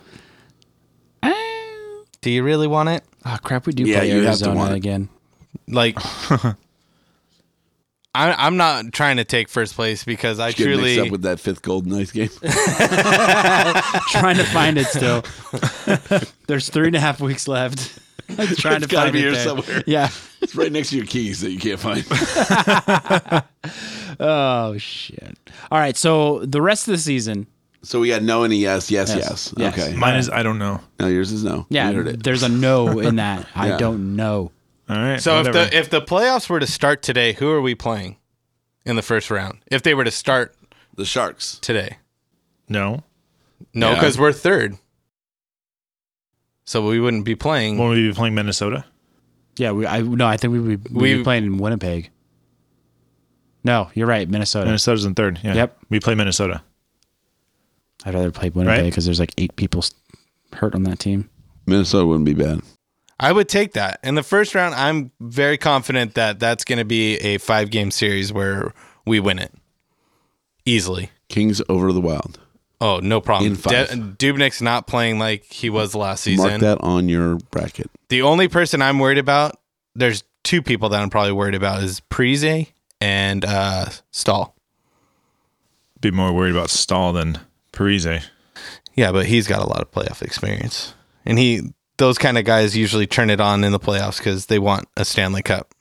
F: Do you really want it?
C: Oh crap, we do
D: Yeah,
C: play
D: you have to
C: Arizona
D: want it.
C: again.
F: Like, I, I'm not trying to take first place because I
D: Get mixed up
F: truly
D: with that fifth Golden Knights game.
C: trying to find it still. There's three and a half weeks left. I'm trying to
D: It's gotta
C: find
D: be
C: it
D: here
C: there.
D: somewhere.
C: Yeah.
D: it's right next to your keys that you can't find.
C: Oh shit. All right. So the rest of the season,
D: so we got no and a yes, yes, yes.
C: Yes, yes.
D: Okay.
G: Mine is I don't know.
D: Now yours is no.
C: yeah,
D: You heard it.
C: there's a no in that. I
D: Yeah.
C: don't know.
G: All right.
F: So
G: whatever.
F: if the if the playoffs were to start today, who are we playing in the first round? If they were to start
D: The Sharks.
F: today,
G: no,
F: no,
D: Yeah.
F: because we're third, so we wouldn't be playing.
G: when we be playing Minnesota?
C: Yeah, we. I no. I think we would we,
F: We-
C: be playing in Winnipeg. No, you're right. Minnesota.
G: Minnesota's in third. Yeah.
C: Yep.
G: We play Minnesota.
C: I'd rather play Winnipeg
G: Right.
C: because there's like eight people s- hurt on that team.
D: Minnesota wouldn't be bad.
F: I would take that in the first round. I'm very confident that that's going to be a five game series where we win it easily.
D: Kings over the Wild.
F: Oh, no problem.
D: In five.
F: De- Dubnik's not playing like he was last season.
D: Mark that on your bracket.
F: The only person I'm worried about, there's two people that I'm probably worried about is Prize and uh Stahl.
G: Be more worried about Stahl than Parise.
F: Yeah, but he's got a lot of playoff experience. And he those kind of guys usually turn it on in the playoffs cuz they want a Stanley Cup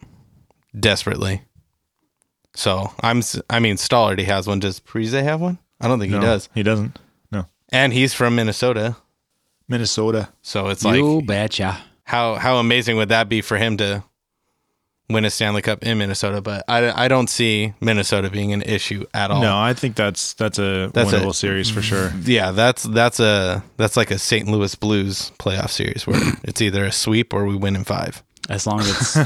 F: desperately. So, I'm s- I mean Stahl already has one. Does Prize have one? I don't think
G: No,
F: he does.
G: He doesn't. No.
F: And he's from Minnesota.
G: Minnesota.
F: So it's
C: you
F: like
C: betcha.
F: how how amazing would that be for him to win a Stanley Cup in Minnesota? But I, I don't see Minnesota being an issue at all.
G: No, I think that's that's a
F: That's
G: winnable
F: it.
G: series for sure.
F: Yeah, that's that's a that's like a St. Louis Blues playoff series where it's either a sweep or we win in five.
C: As long as it's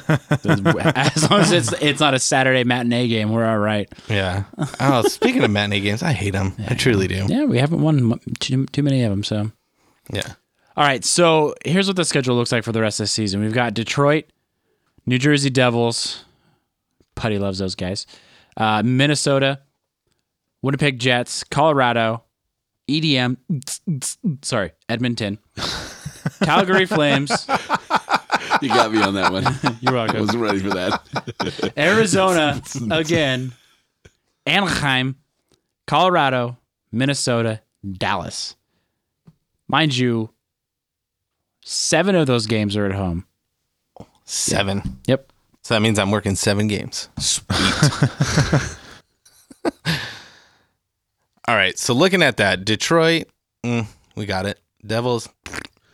C: as long as it's it's not a Saturday matinee game, we're all right.
F: Yeah. Oh, speaking of matinee games, I hate them. I truly do.
C: Yeah, we haven't won mu- too, too many of them. So,
F: Yeah.
C: all right. So here's what the schedule looks like for the rest of the season. We've got Detroit, New Jersey Devils. Putty loves those guys. Uh, Minnesota, Winnipeg Jets, Colorado, EDM. Sorry, Edmonton, Calgary Flames.
D: You got me on that one.
C: You're
D: I
C: welcome.
D: wasn't ready for that.
C: Arizona again, Anaheim, Colorado, Minnesota, Dallas. Mind you, seven of those games are at home.
F: Seven.
C: Yep.
F: So that means I'm working seven games. Sweet. All right. So looking at that, Detroit, mm, we got it. Devils,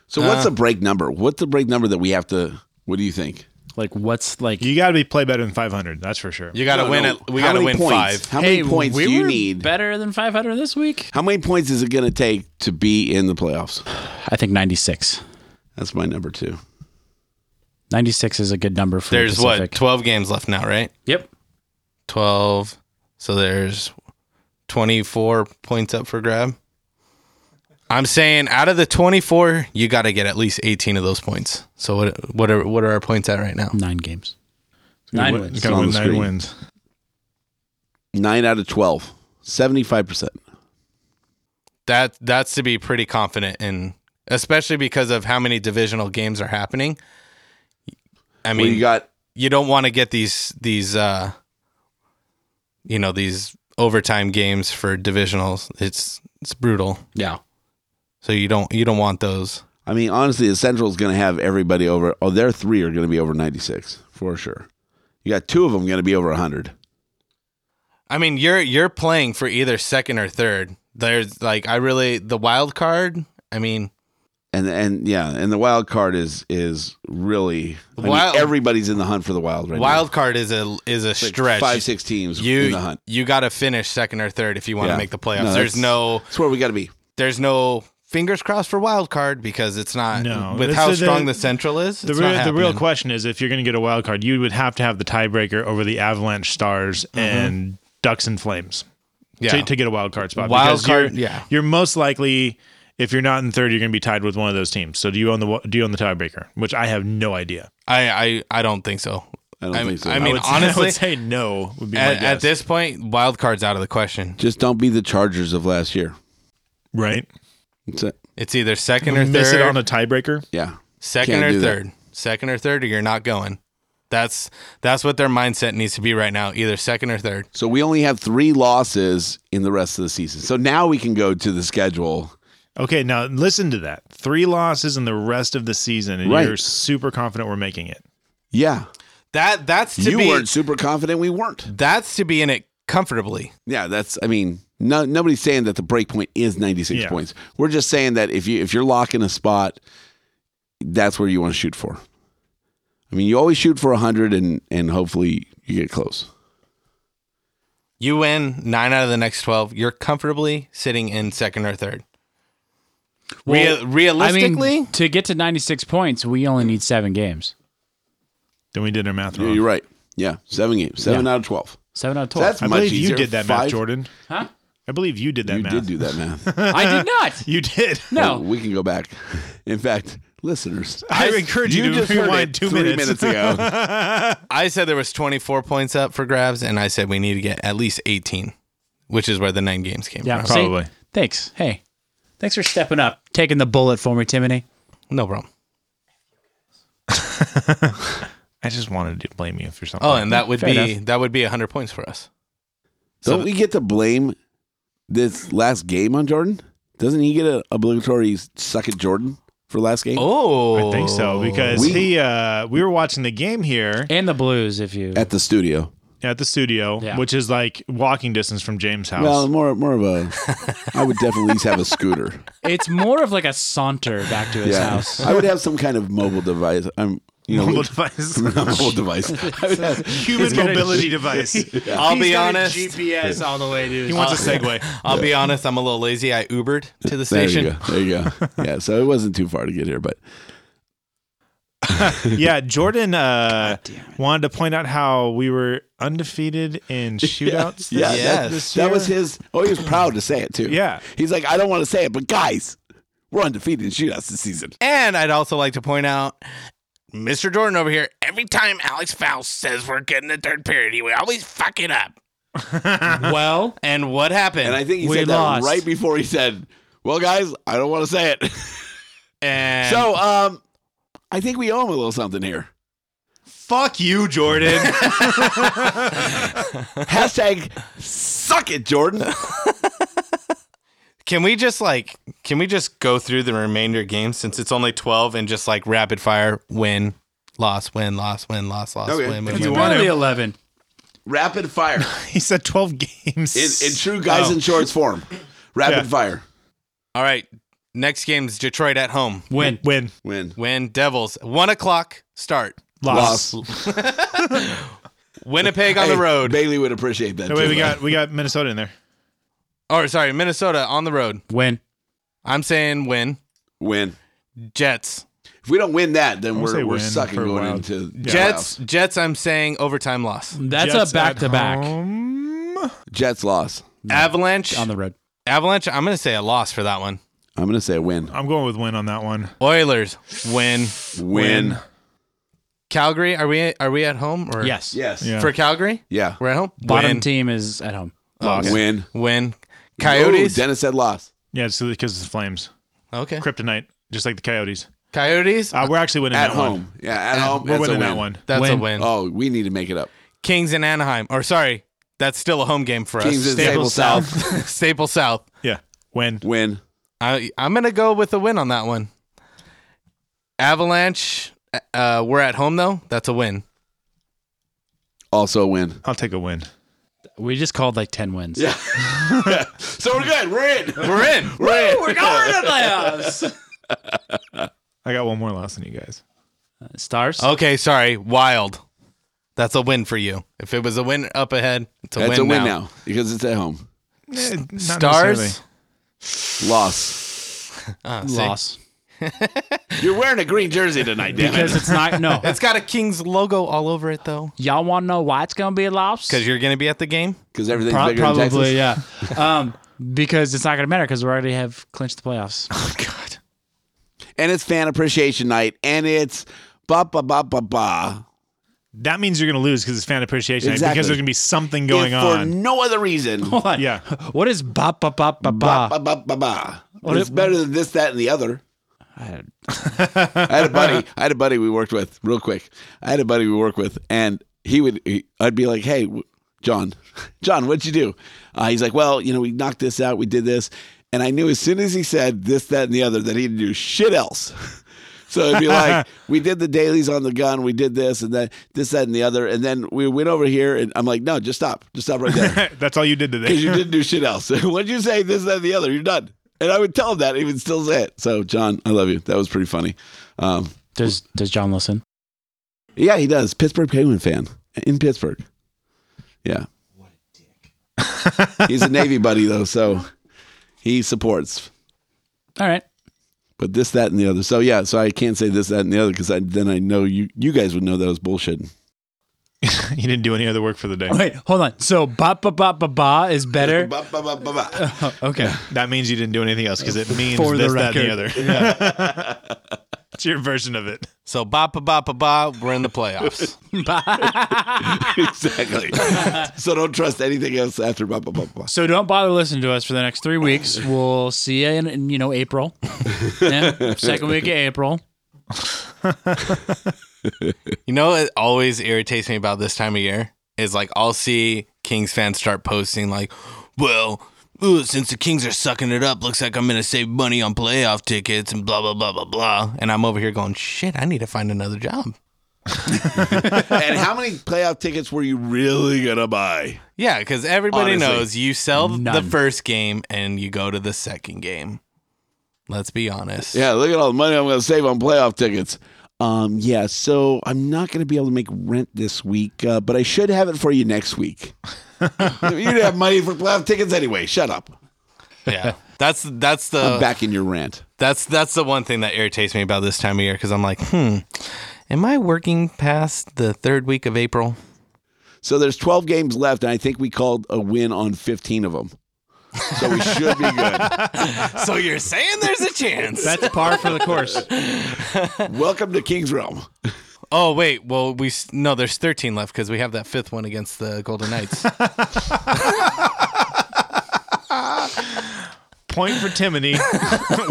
D: So what's
F: Uh,
D: the break number? What's the break number that we have to? What do you think?
C: Like what's like?
G: You got to be play better than 500. That's for sure.
F: You gotta
D: No,
F: win
D: no.
F: it. We
D: How
F: gotta
D: many
F: win
D: points?
F: five.
D: How many points
C: we
D: do you
C: were
D: need?
C: Better than 500 this week?
D: How many points is it going to take to be in the playoffs?
C: I think 96.
D: That's my number two.
C: 96 is a good number for the
F: There's what
C: Pacific.
F: twelve games left now, right?
C: Yep.
F: Twelve. So there's twenty four points up for grab. I'm saying out of the twenty four, you gotta get at least eighteen of those points. So what what are what are our points at right now?
C: Nine games. Nine
G: You
C: wins.
G: gotta
D: On
G: win
D: the
G: nine
D: screen.
G: wins.
D: Nine out of 12, 75%.
F: That that's to be pretty confident in especially because of how many divisional games are happening. I mean
D: well, you got,
F: you don't want to get these these uh you know these overtime games for divisionals it's It's brutal.
C: Yeah.
F: So you don't you don't want those.
D: I mean, honestly, the Central is going to have everybody over. Oh, their three are going to be over 96 for sure. You got two of them going to be over 100.
F: I mean, you're you're playing for either second or third. There's like I really the wild card. I mean,
D: And and yeah, and the wild card is is really I mean,
F: Wild-
D: everybody's in the hunt for the wild right
F: wild card is a is a
D: now. Like
F: stretch.
D: five six teams in the
F: you
D: hunt.
F: you got to finish second or third if you want to
D: Yeah.
F: make the playoffs.
D: No,
F: there's
D: that's-
F: no
D: That's where we got to be.
F: there's no fingers crossed for wild card because it's not
G: No,
F: with
G: it's
F: how
G: the- the-
F: strong the central is.
G: The
F: it's not
G: real, the real
F: happening.
G: question is if you're going to get a wild card, you would have to have the tiebreaker over the Avalanche Stars and Ducks and Flames
F: Mm-hmm. yeah.
G: to, to get a wild card spot.
F: Wild
G: because
F: card,
G: you're,
F: yeah.
G: you're most likely if you're not in third, you're going to be tied with one of those teams. So do you own the wa- do you own the tiebreaker? Which I have no idea.
F: I, I I don't think so.
D: I don't think so.
F: I mean,
G: would say- I
F: honestly,
G: would say no. Would be my
F: at, at
G: guess.
F: this point, wild card's out of the question.
D: Just don't be the Chargers of last year.
G: right,
D: That's it.
F: It's either second or
G: miss
F: third,
G: it on a tiebreaker.
D: Yeah.
F: second
D: Can't
F: or
D: do that.
F: third, second or third, or you're not going. That's that's what their mindset needs to be right now. Either second or third.
D: So we only have three losses in the rest of the season. So now we can go to the schedule.
G: Okay, now listen to that. Three losses in the rest of the season, and
D: Right.
G: you're super confident we're making it.
D: Yeah.
F: That that's to
D: you
F: be
D: weren't super confident. We weren't.
F: that's to be in it comfortably.
D: Yeah, that's. I mean, no, nobody's saying that the break point is ninety six
G: Yeah.
D: points. We're just saying that if you if you're locking a spot, that's where you want to shoot for. I mean, you always shoot for hundred, and and hopefully you get close.
F: You win nine out of the next twelve. You're comfortably sitting in second or third. Real, realistically,
C: I mean, to get to 96 points, we only need seven games.
G: Then we did our math
D: Yeah,
G: wrong.
D: you're right. Yeah, seven games, seven
C: Yeah.
D: out of twelve.
C: Seven out of
D: So
C: 12.
D: that's
G: I
D: much
G: believe you
D: easier.
G: did that math,
D: Five-
G: Jordan.
C: Huh?
G: I believe you did that
D: You
G: math.
D: did do that math.
C: I did not.
G: You did.
D: Well, Oh,
C: No.
D: we can go back. In fact, listeners,
G: I encourage you,
D: just
G: to
D: heard
G: rewind
D: it
G: two
D: three
G: minutes.
D: minutes ago.
F: I said there was 24 points up for grabs, and I said we need to get at least 18, which is where the nine games came
C: Yeah,
F: from.
C: see?
G: Probably.
C: Thanks. Hey, thanks for stepping up, taking the bullet for me, Timony.
F: No problem.
G: I just wanted to blame you for something.
F: Oh, and that would
C: Fair
F: be
C: enough.
F: that would be 100 points for us.
D: Don't we get to blame this last game on Jordan? Doesn't he get an obligatory suck at Jordan for last game?
F: Oh,
G: I think so because
D: We-
G: he uh, we were watching the game here
C: And the Blues, if you.
D: At the studio.
G: at the studio,
C: Yeah.
G: which is like walking distance from James' house.
D: Well, more more of a. I would definitely at least have a scooter.
C: It's more of like a saunter back to his
D: Yeah,
C: house.
D: I would have some kind of mobile device. I'm you know
G: Mobile
D: mobile,
G: device.
D: mobile device. I would have-
G: Human mobility device. He
F: I'll be honest.
C: GPS on the way to.
G: wants a segue.
F: I'll be honest. I'm a little lazy. I Ubered to the
D: There you
F: station.
D: go. There you go. Yeah, so it wasn't too far to get here, but
G: yeah, Jordan uh, wanted to point out how we were undefeated in shootouts.
D: yeah,
G: this-
D: that-
G: this
D: that,
G: year.
D: was his. Oh, he was proud to say it too.
G: Yeah.
D: he's like, I don't want to say it, but guys, we're undefeated in shootouts this season.
F: And I'd also like to point out, Mr. Jordan over here. Every time Alex Faust says we're good in the third period, we always fuck it up.
C: Well,
F: And what happened?
D: And I think he
C: We
D: said
C: lost.
D: that right before he said, "Well, guys, I don't want to say it."
F: And
D: so, um, I think we owe him a little something here.
G: Fuck you, Jordan.
D: Hashtag suck it, Jordan.
F: Can we just like can we just go through the remainder of games since it's only 12 and just like rapid fire win loss win loss win loss loss
D: Okay.
F: win
D: If
F: win,
D: you
F: win,
G: want
F: win.
C: really 11.
D: Rapid fire
G: he said 12 games.
D: in, in true guys
G: Oh.
D: in shorts form. Rapid
G: Yeah.
D: fire
F: All right. Next game's Detroit at home.
C: Win.
G: Win.
D: win
F: Win Devils. 1 o'clock start.
G: Loss.
F: Winnipeg on
D: Hey,
F: the road.
D: Bailey would appreciate that.
G: No, wait,
D: too,
G: we
D: man.
G: got we got Minnesota in there.
F: or sorry, Minnesota on the road.
C: Win.
F: I'm saying win.
D: win.
F: Jets.
D: If we don't win that, then
G: gonna
D: we're
G: say
D: we're
G: win
D: sucking
G: for a
D: going
G: while.
D: into
G: Yeah.
F: Jets.
D: playoffs.
F: Jets I'm saying overtime loss.
C: That's a back to back
D: Jets loss.
F: Avalanche.
C: on the road.
F: Avalanche, I'm going to say a loss for that one.
D: I'm gonna say win.
G: I'm going with win on that one.
F: Oilers win.
D: Win.
F: Calgary, are we are we at home or
C: Yes.
D: Yes.
G: Yeah.
F: for Calgary?
D: Yeah.
F: We're at home.
C: Bottom
F: Win.
C: team is at home.
F: Loss.
D: Win.
F: Win.
D: Ooh,
F: Coyotes.
D: Dennis said loss.
G: Yeah, so because it's the Flames,
F: okay.
G: kryptonite, just like the Coyotes.
F: Coyotes.
G: Uh, we're actually winning
D: At
G: that
D: home.
G: One.
D: Yeah. At home.
G: We're
D: that's a
G: winning that
D: win.
G: one.
F: That's a
C: Win.
F: win.
D: Oh, we need to make it up.
F: Kings in Anaheim. Or sorry, that's still a home game for us.
D: Kings and
F: Staple-
D: Stable South.
F: Staple South.
G: Yeah, Win.
D: Win.
F: I I'm gonna go with a win on that one. Avalanche. Uh, we're at home though. That's a win.
D: Also a win.
G: I'll take a win.
C: We just called like 10 wins.
D: Yeah. so we're good. We're in.
F: We're in.
D: We're in.
C: We're going to playoffs.
G: I got one more loss than you guys.
C: Stars?
F: Okay, sorry. Wild. That's a win for you. If it was a win up ahead, it's a,
D: That's
F: win,
D: a win
F: now.
D: now. because it's at home.
G: Eh, not necessarily.
F: Stars.
D: Loss.
F: Ah, see?
C: Loss.
D: You're wearing a green jersey tonight, damn
C: Because
D: it.
C: it's not, no.
F: It's got a Kings logo all over it though.
C: Y'all want to know why it's going to be a loss?
F: Because you're gonna be at the game.
D: Because everything's
C: Pro-
D: bigger in Texas.
C: probably, yeah. Um, because it's not going to matter because we already have clinched the playoffs.
D: And it's fan appreciation night. And it's ba ba ba ba ba.
G: That means you're going to lose because it's fan appreciation night,
D: Exactly.
G: because there's going to be something going
D: If For
G: on.
D: no other reason.
C: Hold on.
G: Yeah.
C: What is ba ba ba
D: Ba
C: ba ba?
D: ba ba ba ba.
C: What
D: it's
C: it-
D: better than this, that, and the other.
C: I-
D: I had a buddy. I had a buddy we worked with. Real quick, I had a buddy we worked with, and he would. He, I'd be like, "Hey, w- John, John, what'd you do?" Uh, he's like, "Well, you know, we knocked this out. We did this," and I knew as soon as he said this, that, and the other that he didn't do shit else. So it'd be like, we did the dailies on the gun, we did this and that, this, that, and the other. And then we went over here, and I'm like, no, just stop. Just stop right there.
G: That's all you did
D: Because you
G: today.
D: didn't do shit else. What'd you say? This, that, and the other. You're done. And I would tell him that. and He would still say it. So, John, I love you. That was pretty funny. Um,
C: Does Does John listen?
D: yeah, he does. Pittsburgh Penguin fan in Pittsburgh. Yeah. What a dick. He's a Navy buddy though, so he supports.
C: All right.
D: But this, that, and the other. So yeah, so I can't say this, that, and the other because I, then I know you you guys would know that was bullshit.
G: you didn't do any other work for the day.
C: Wait, hold on. So ba ba ba ba ba is better.
D: Ba, ba, ba, ba, ba.
C: Okay.
G: That means you didn't do anything else because it means
C: For the
G: this, that, and the other.
C: record.
G: it's your version of it.
F: So ba ba ba ba ba. We're in the playoffs.
D: exactly. so don't trust anything else after. Ba, ba, ba, ba.
C: So don't bother listening to us for the next three weeks. We'll see you in, in you know April, Yeah, second week of April.
F: You know, what always irritates me about this time of year is like I'll see Kings fans start posting like, "Well, ooh, since the Kings are sucking it up, looks like I'm gonna save money on playoff tickets and blah blah blah blah blah." And I'm over here going, "Shit, I need to find another job."
D: and how many playoff tickets were you really gonna buy?
F: Yeah, because everybody
D: Honestly,
F: knows you sell the
C: none.
F: first game and you go to the second game. Let's be honest.
D: Yeah, look at all the money I'm going to save on playoff tickets. Um, yeah, so I'm not going to be able to make rent this week, uh, but I should have it for you next week. You'd have money for playoff tickets anyway. Shut up.
F: yeah. That's that's the
D: I'm back in your rant.
F: That's that's the one thing that irritates me about this time of year because I'm like, hmm, am I working past the third week of April?
D: So there's 12 games left, and I think we called a win on 15 of them. So we should be good.
F: so you're saying there's a chance?
C: That's par for the course.
D: Welcome to King's Realm.
F: oh wait, well we s- no, there's 13 left because we have that fifth one against the Golden Knights.
G: Point for Timony.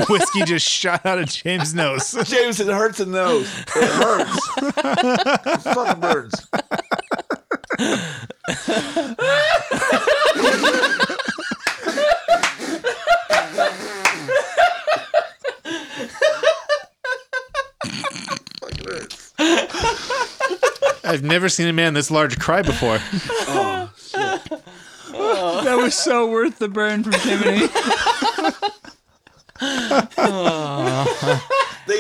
G: Whiskey just shot out of James' nose.
D: James, it hurts in those. It hurts. fucking burns.
G: I've never seen a man this large cry before.
C: That was so worth the burn from Timmy.
D: thing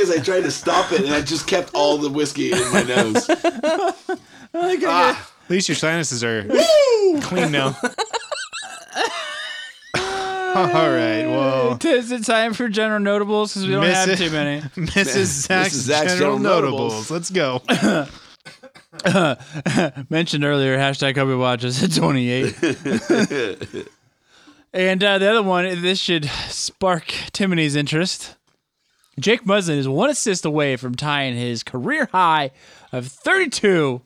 D: is, I tried to stop it, and I just kept all the whiskey in my nose.
G: At least your sinuses are clean now. All right. Well,
C: Tis the time for general notables because we don't
G: Miss
C: have
G: it.
C: too many.
G: Mrs. Zach's,
D: Zach's
G: General,
D: General
G: notables.
D: Notables.
G: Let's go.
C: Mentioned earlier, hashtag Kobe watches at 28. and uh, the other one, this should spark Timony's interest. Jake Muslin is one assist away from tying his career high of 32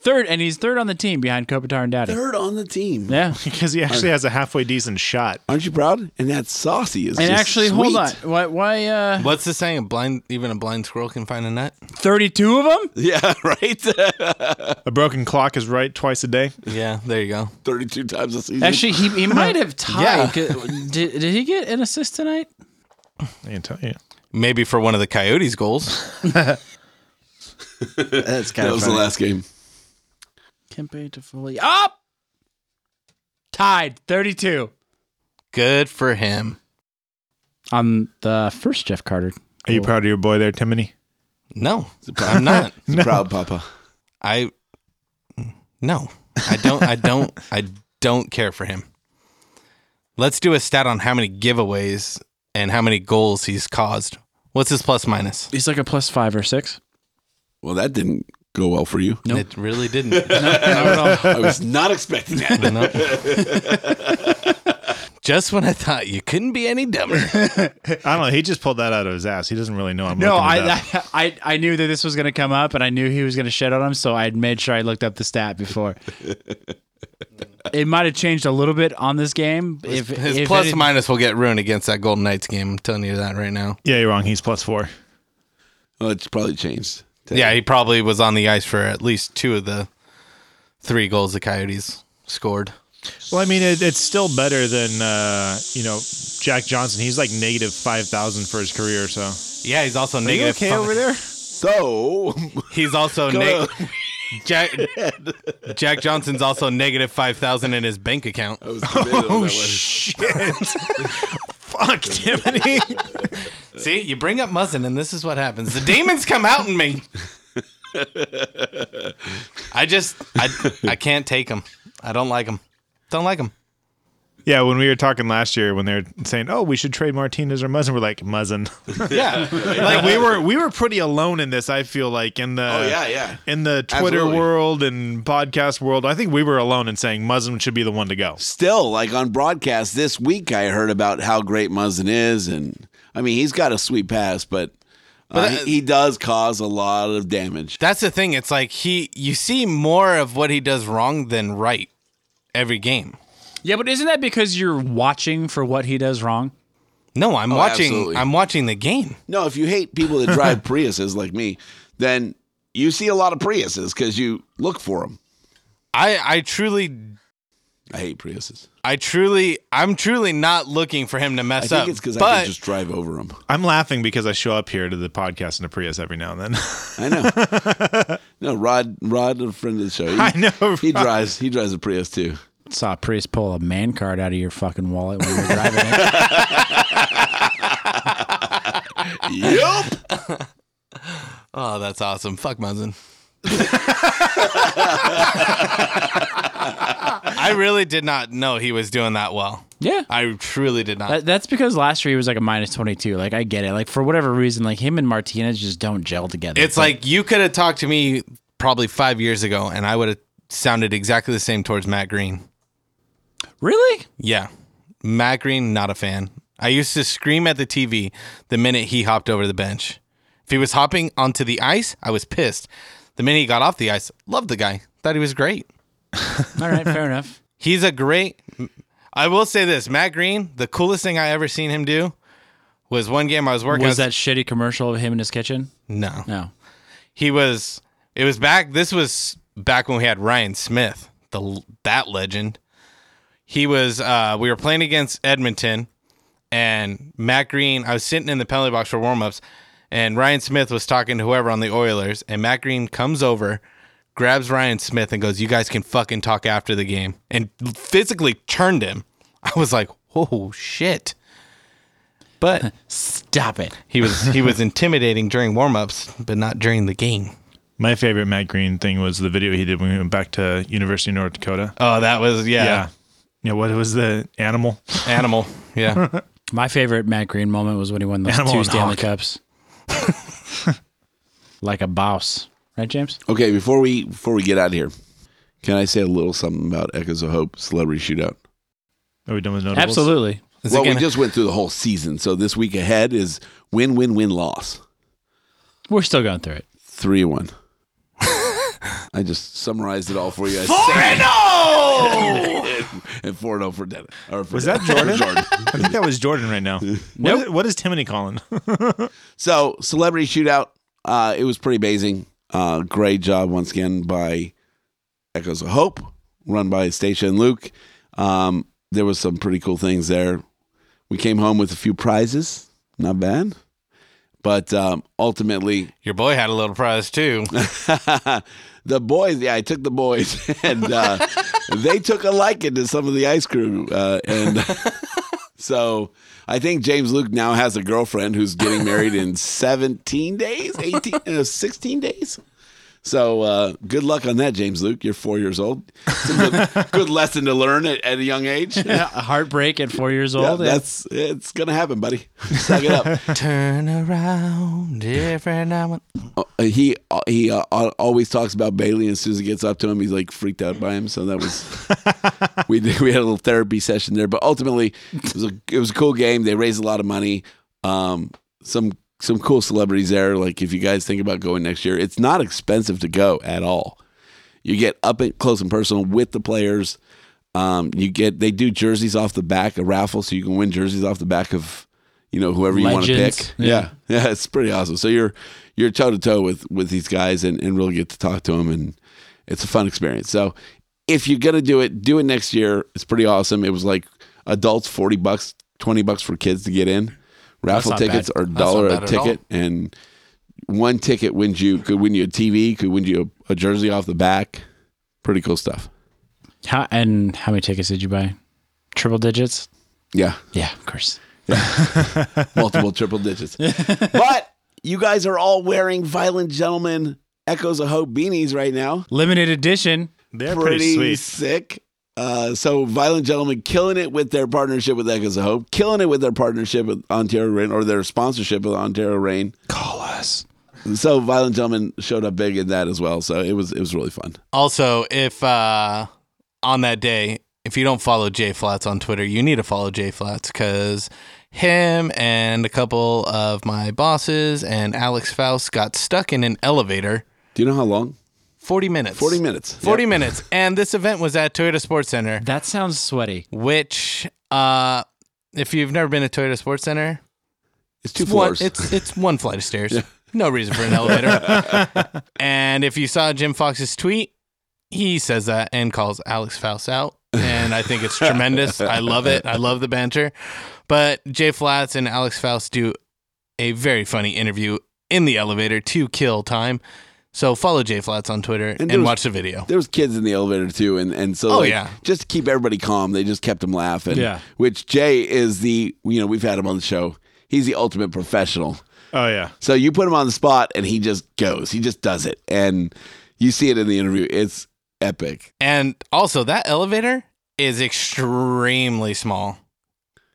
C: Third, and he's third on the team behind Kopitar and Dowdy.
D: Third on the team.
C: Yeah.
G: because he actually has a halfway decent shot.
D: Aren't you proud? And that saucy is
C: And
D: just
C: actually, hold
D: sweet.
C: on. Why? Why? Uh,
F: What's the saying? A blind, even a blind squirrel can find a nut.
C: thirty-two of them.
D: Yeah, right.
G: A broken clock is right twice a day.
F: Yeah, there you go.
D: Thirty-two times a season.
C: Actually, he, he might have tied.
F: Yeah.
C: 'cause- Did, did he get an assist tonight?
G: I can tell you.
F: Maybe for one of the Coyotes' goals.
H: That's kind
D: that
H: of
D: was the
H: funny.
D: last game.
C: Kempe to Foley up. Tied thirty-two
F: Good for him.
C: on the first Jeff Carter.
G: Are you proud of your boy there, Timony?
F: No, I'm not.
D: He's Proud Papa.
F: I no, I don't. I don't. I don't care for him. Let's do a stat on how many giveaways and how many goals he's caused. What's his plus minus?
C: He's like a plus five or six.
D: Well, that didn't go well for you.
C: Nope.
F: It really didn't.
D: I was not expecting that.
F: Just when I thought you couldn't be any dumber.
G: I don't know. He just pulled that out of his ass. He doesn't really know. I'm
C: No,
G: looking it
C: I,
G: up.
C: I I knew that this was going to come up, and I knew he was going to shit on him, so I had made sure I looked up the stat before. it might have changed a little bit on this game. If,
F: His
C: if
F: plus
C: any-
F: minus will get ruined against that Golden Knights game. I'm telling you that right now.
G: yeah, you're wrong. He's plus four.
D: well, it's probably changed.
F: Yeah, he probably was on the ice for at least two of the three goals the Coyotes scored.
G: Well, I mean, it, it's still better than uh, you know Jack Johnson. He's like negative five thousand for his career. So
F: Yeah, he's also negative.
G: okay
F: fi-
G: over there?
D: So
F: He's also neg- Jack Jack Johnson's also negative five thousand in his bank account.
D: I was committed
C: Oh,
D: on that one.
G: Fuck, Timony.
F: See, you bring up Muzzin, and this is what happens. The demons come out in me. I just I I can't take him. I don't like him. Don't like him.
G: yeah, when we were talking last year, when they were saying, "Oh, we should trade Martinez or Muzzin," we're like Muzzin.
F: Yeah,
G: like we were, we were pretty alone in this. I feel like in the
D: Oh yeah, yeah.
G: in the Twitter
D: Absolutely.
G: world and podcast world, I think we were alone in saying Muzzin should be the one to go.
D: Still, like on broadcast this week, I heard about how great Muzzin is, and I mean he's got a sweet pass, but, uh,
F: But, uh,
D: he he does cause a lot of damage.
F: that's the thing. It's like he you see more of what he does wrong than right every game.
C: yeah, but isn't that because you're watching for what he does wrong?
F: No, I'm watching.
D: Oh, absolutely.
F: I'm watching the game.
D: No, if you hate people that drive Priuses like me, then you see a lot of Priuses because you look for them.
F: I I truly
D: I hate Priuses.
F: I truly, I'm truly not looking for him to
D: I
F: mess
D: think
F: up.
D: it's because I
F: but
D: can just drive over them.
G: I'm laughing because I show up here to the podcast in a Prius every now and then.
D: I know. no, Rod, Rod, a friend of the show. He,
G: I know.
D: He drives. He drives a Prius too.
C: Saw Priest pull a man card out of your fucking wallet when you were driving it.
D: Yup.
F: oh, that's awesome. Fuck Muzzin. I really did not know he was doing that well.
C: Yeah.
F: I truly did not.
C: That- that's because last year he was like a minus 22. Like, I get it. Like, for whatever reason, like him and Martinez just don't gel together.
F: it's like you could have talked to me probably five years ago, and I would have sounded exactly the same towards Matt Green.
C: really?
F: Yeah, Matt Green, not a fan. I used to scream at the TV the minute he hopped over the bench. If he was hopping onto the ice, I was pissed. The minute he got off the ice, loved the guy. Thought he was great.
C: All right, fair enough.
F: He's a great. I will say this, Matt Green. The coolest thing I ever seen him do was one game I was working.
C: Was
F: I
C: that shitty commercial of him in his kitchen?
F: no?
C: No.
F: He was. It was back. This was back when we had Ryan Smith, the that legend. He was. Uh, we were playing against Edmonton, and Matt Green. I was sitting in the penalty box for warmups, and Ryan Smith was talking to whoever on the Oilers, and Matt Green comes over, grabs Ryan Smith, and goes, "You guys can fucking talk after the game," and physically turned him. I was like, "Oh shit!" But
C: Stop it.
F: he was he was intimidating during warmups, but not during the game.
G: My favorite Matt Green thing was the video he did when we went back to University of North Dakota.
F: Oh, that was yeah,
G: Yeah, what was the animal?
F: animal. Yeah,
C: My favorite Matt Green moment was when he won those
G: Animal
C: two
G: and
C: Stanley
G: Hawk.
C: Cups. like a boss. Right, James?
D: Okay, before we before we get out of here, can I say a little something about Echoes of Hope Celebrity Shootout?
G: Are we done with notables?
C: Absolutely.
D: well, we
F: gonna-
D: just went through the whole season, so this week ahead is win, win, win, loss,
C: We're still going through it.
D: three one. I just summarized it all for you. I
G: Four
D: said- and 4 0 for Dennis. Or for
G: Was that
D: Dennis, for
G: Jordan? I think that was Jordan right now. What, is, what is Timony calling?
D: So, celebrity shootout. Uh, it was pretty amazing. Uh, great job once again by Echoes of Hope, run by Stacia and Luke. Um, there was some pretty cool things there. We came home with a few prizes. Not bad. But um, ultimately,
F: Your boy had a little prize too.
D: the boys, yeah, I took the boys, and uh, they took a liking to some of the ice cream, uh, and so I think James Luke now has a girlfriend who's getting married in 17 days, 18, uh, 16 days. So uh, good luck on that, James Luke. You're four years old. It's a good, good lesson to learn at, at a young age.
C: Yeah, a heartbreak at four years
D: Yeah,
C: old. Yeah.
D: that's it's gonna happen, buddy. Suck it up.
F: Turn around every now and
D: Uh, he uh, he uh, al- always talks about Bailey, and as soon as he gets up to him, he's like freaked out by him. So that was we did, we had a little therapy session there. But ultimately, it was a it was a cool game. They raised a lot of money. Um, some some cool celebrities there. Like if you guys think about going next year, it's not expensive to go at all. You get up and close and personal with the players. Um, you get they do jerseys off the back a raffle, so you can win jerseys off the back of you know whoever you want to
C: Legends.
D: pick. Yeah. yeah, it's pretty awesome. So you're you're toe to toe with with these guys and and really get to talk to them, and it's a fun experience. So if you're gonna do it, do it next year. It's pretty awesome. It was like adults forty bucks, twenty bucks for kids to get in. Raffle
G: not bad.
D: tickets are
F: not
D: dollar
F: bad
D: a
F: at
D: ticket, and one ticket wins you could win you a TV, could win you a, a jersey off the back. Pretty cool stuff.
C: How, and how many tickets did you buy? Triple digits?
D: Yeah.
C: Yeah, of course.
D: multiple triple digits. but you guys are all wearing Violent Gentleman Echoes of Hope beanies right now.
C: Limited edition.
G: They're pretty, sweet.
D: sick. Uh, so Violent Gentleman killing it with their partnership with Echoes of Hope, killing it with their partnership with Ontario Rain or their sponsorship with Ontario Rain.
C: Call us.
D: So Violent Gentleman showed up big in that as well. So it was it was really fun.
F: Also, if uh, on that day, if you don't follow Jay Flats on Twitter, you need to follow Jay Flats because him and a couple of my bosses and Alex Faust got stuck in an elevator
D: Do you know how long?
F: 40 minutes.
D: Forty minutes.
F: 40 minutes. And this event was at Toyota Sports Center,
C: That sounds sweaty.
F: which, uh, if you've never been to Toyota Sports Center,
D: It's two
F: one,
D: floors.
F: it's it's one flight of stairs. No reason for an elevator. and if you saw Jim Fox's tweet, he says that and calls Alex Faust out. And I think it's tremendous. I love it. I love the banter. But Jay Flats and Alex Faust do a very funny interview in the elevator to kill time. So follow Jay Flats on Twitter and,
D: there was-
F: watch the video.
D: there was kids in the elevator too, and and so
F: Oh,
D: like,
F: yeah.
D: just to keep everybody calm, they just kept him laughing.
C: Yeah.
D: which Jay is the you know we've had him on the show. He's the ultimate professional.
G: Oh yeah.
D: So you put him on the spot, and he just goes. He just does it, and you see it in the interview. It's epic.
F: And also that elevator is extremely small.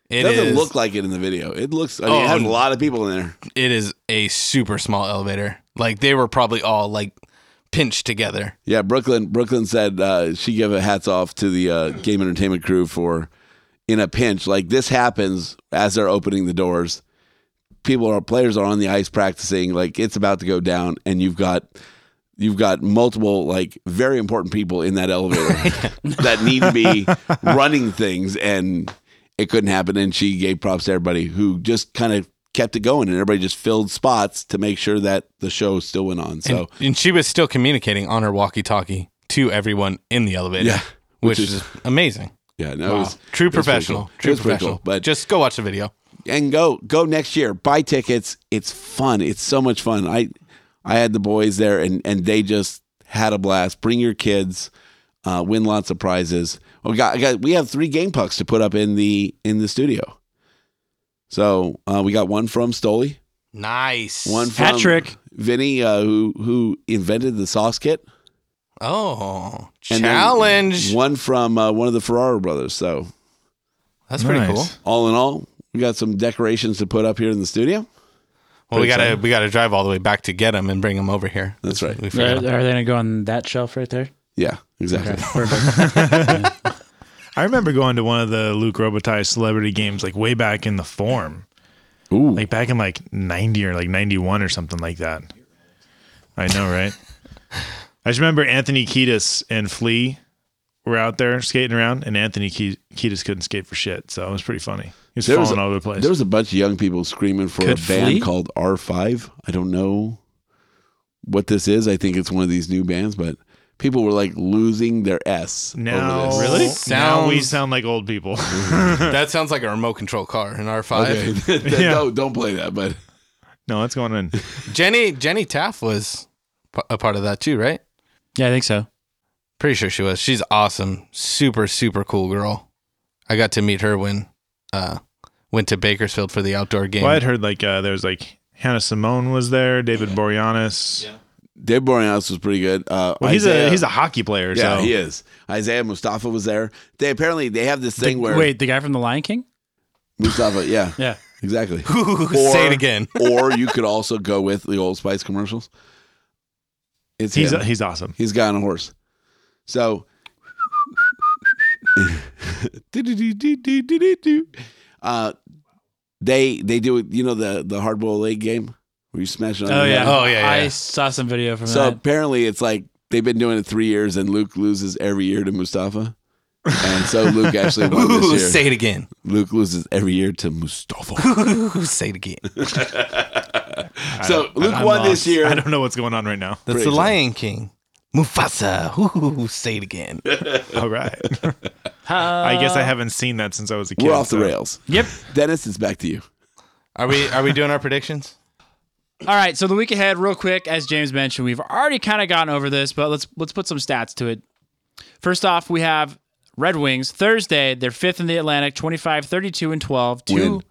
D: It
F: It
D: doesn't
F: is-
D: look like it in the video. It looks. I mean,
F: Oh.
D: it has a lot of people in there.
F: it is a super small elevator. Like they were probably all like pinched together.
D: Yeah, Brooklyn. Brooklyn said uh, she gave a hats off to the uh, game entertainment crew for in a pinch like this happens as they're opening the doors. People are players are on the ice practicing like it's about to go down, and you've got you've got multiple like very important people in that elevator that need to be running things, and it couldn't happen. And she gave props to everybody who just kind of kept it going, and everybody just filled spots to make sure that the show still went on. So.
F: And, and she was still communicating on her walkie-talkie to everyone in the elevator.
D: Yeah,
F: which,
D: which
F: is,
D: is-
F: amazing.
D: Yeah, no,
F: Wow.
D: it was,
F: True
D: it was pretty
F: professional.
D: cool. It
F: True
D: was pretty
F: professional.
D: cool, but
F: just go watch the video.
D: and go go next year. Buy tickets. It's fun. It's so much fun. I I had the boys there, and and they just had a blast. Bring your kids. Uh, win lots of prizes. Oh, got, I got we have three game pucks to put up in the in the studio. So uh, we got one from Stoli,
F: Nice.
D: one from
C: Patrick.
D: Vinny, uh, who who invented the sauce kit,
F: Oh,
D: and then
F: challenge.
D: one from uh, one of the Ferraro brothers. So
F: That's pretty
G: Nice.
F: cool.
D: all in all, we got some decorations to put up here in the studio.
F: Well, we
D: Pretty
F: gotta
D: exciting.
F: we gotta drive all the way back to get him and bring him over here.
D: That's right.
F: We
C: Are, are
F: forgot.
C: they going to go on that shelf right there?
D: Yeah, exactly.
G: I remember going to one of the Luke Robitaille celebrity games like way back in the form.
D: Ooh.
G: Like back in like 90 or like 91 or something like that. I know, right? I just remember Anthony Kiedis and Flea were out there skating around, and Anthony Ke- Kiedis couldn't skate for shit, so it was pretty funny. He was
D: was
G: falling
D: a,
G: all over the place.
D: There was a bunch of young people screaming for
G: Could
D: a band
G: Flea?
D: called R5. I don't know what this is. I think it's one of these new bands, but people were like losing their S.
G: now,
D: over this.
G: really? now we
F: Sounds-
G: sound like old people.
F: That sounds like a remote control car in R5.
D: Okay. That-
G: Yeah.
D: don't, don't play that, but
G: no, what's going on?
F: Jenny Jenny Taff was p- a part of that too, right?
C: Yeah, I think so.
F: Pretty sure she was. She's awesome. Super super cool girl. I got to meet her when uh went to Bakersfield for the outdoor game.
G: Well, I'd heard like uh, there was like Hannah Simone was there, David Boreanaz.
D: Dave Boreanaz was pretty good. Uh,
G: Well, he's
D: Isaiah-
G: a he's a hockey player.
D: yeah,
G: so
D: he is. Isaiah Mustafa was there. They apparently they have this thing where
C: Wait, the guy from The Lion King?
D: Mustafa, yeah,
C: Yeah.
D: exactly.
F: say it again.
D: or you could also go with the Old Spice commercials. It's
G: he's
D: him.
G: he's awesome.
D: He's got on a horse. So uh, they they do it, you know the the hard boiled egg game where you smash it on
C: Oh
D: your
C: yeah.
D: head?
F: Oh, yeah, yeah.
C: I saw some video from
D: So
C: that.
D: apparently it's like they've been doing it three years and Luke loses every year to Mustafa. And so Luke actually won
F: Ooh,
D: this year.
F: say it again.
D: Luke loses every year to Mustafa.
F: Ooh, say it again.
D: so Luke
G: I'm
D: won
G: lost.
D: this year.
G: I don't know what's going on right now.
D: Pretty
F: That's the
D: exciting.
F: Lion King. Mufasa. Ooh, say it again.
G: All right. I guess I haven't seen that since I was a kid.
D: We're off the
G: so-
D: rails.
C: Yep.
D: Dennis, it's back to you.
F: Are we are we doing our predictions?
C: All right, so the week ahead, real quick, as James mentioned, we've already kind of gotten over this, but let's let's put some stats to it. First off, we have Red Wings Thursday. They're fifth in the Atlantic, 25, 32, and 12. Two,
D: Win.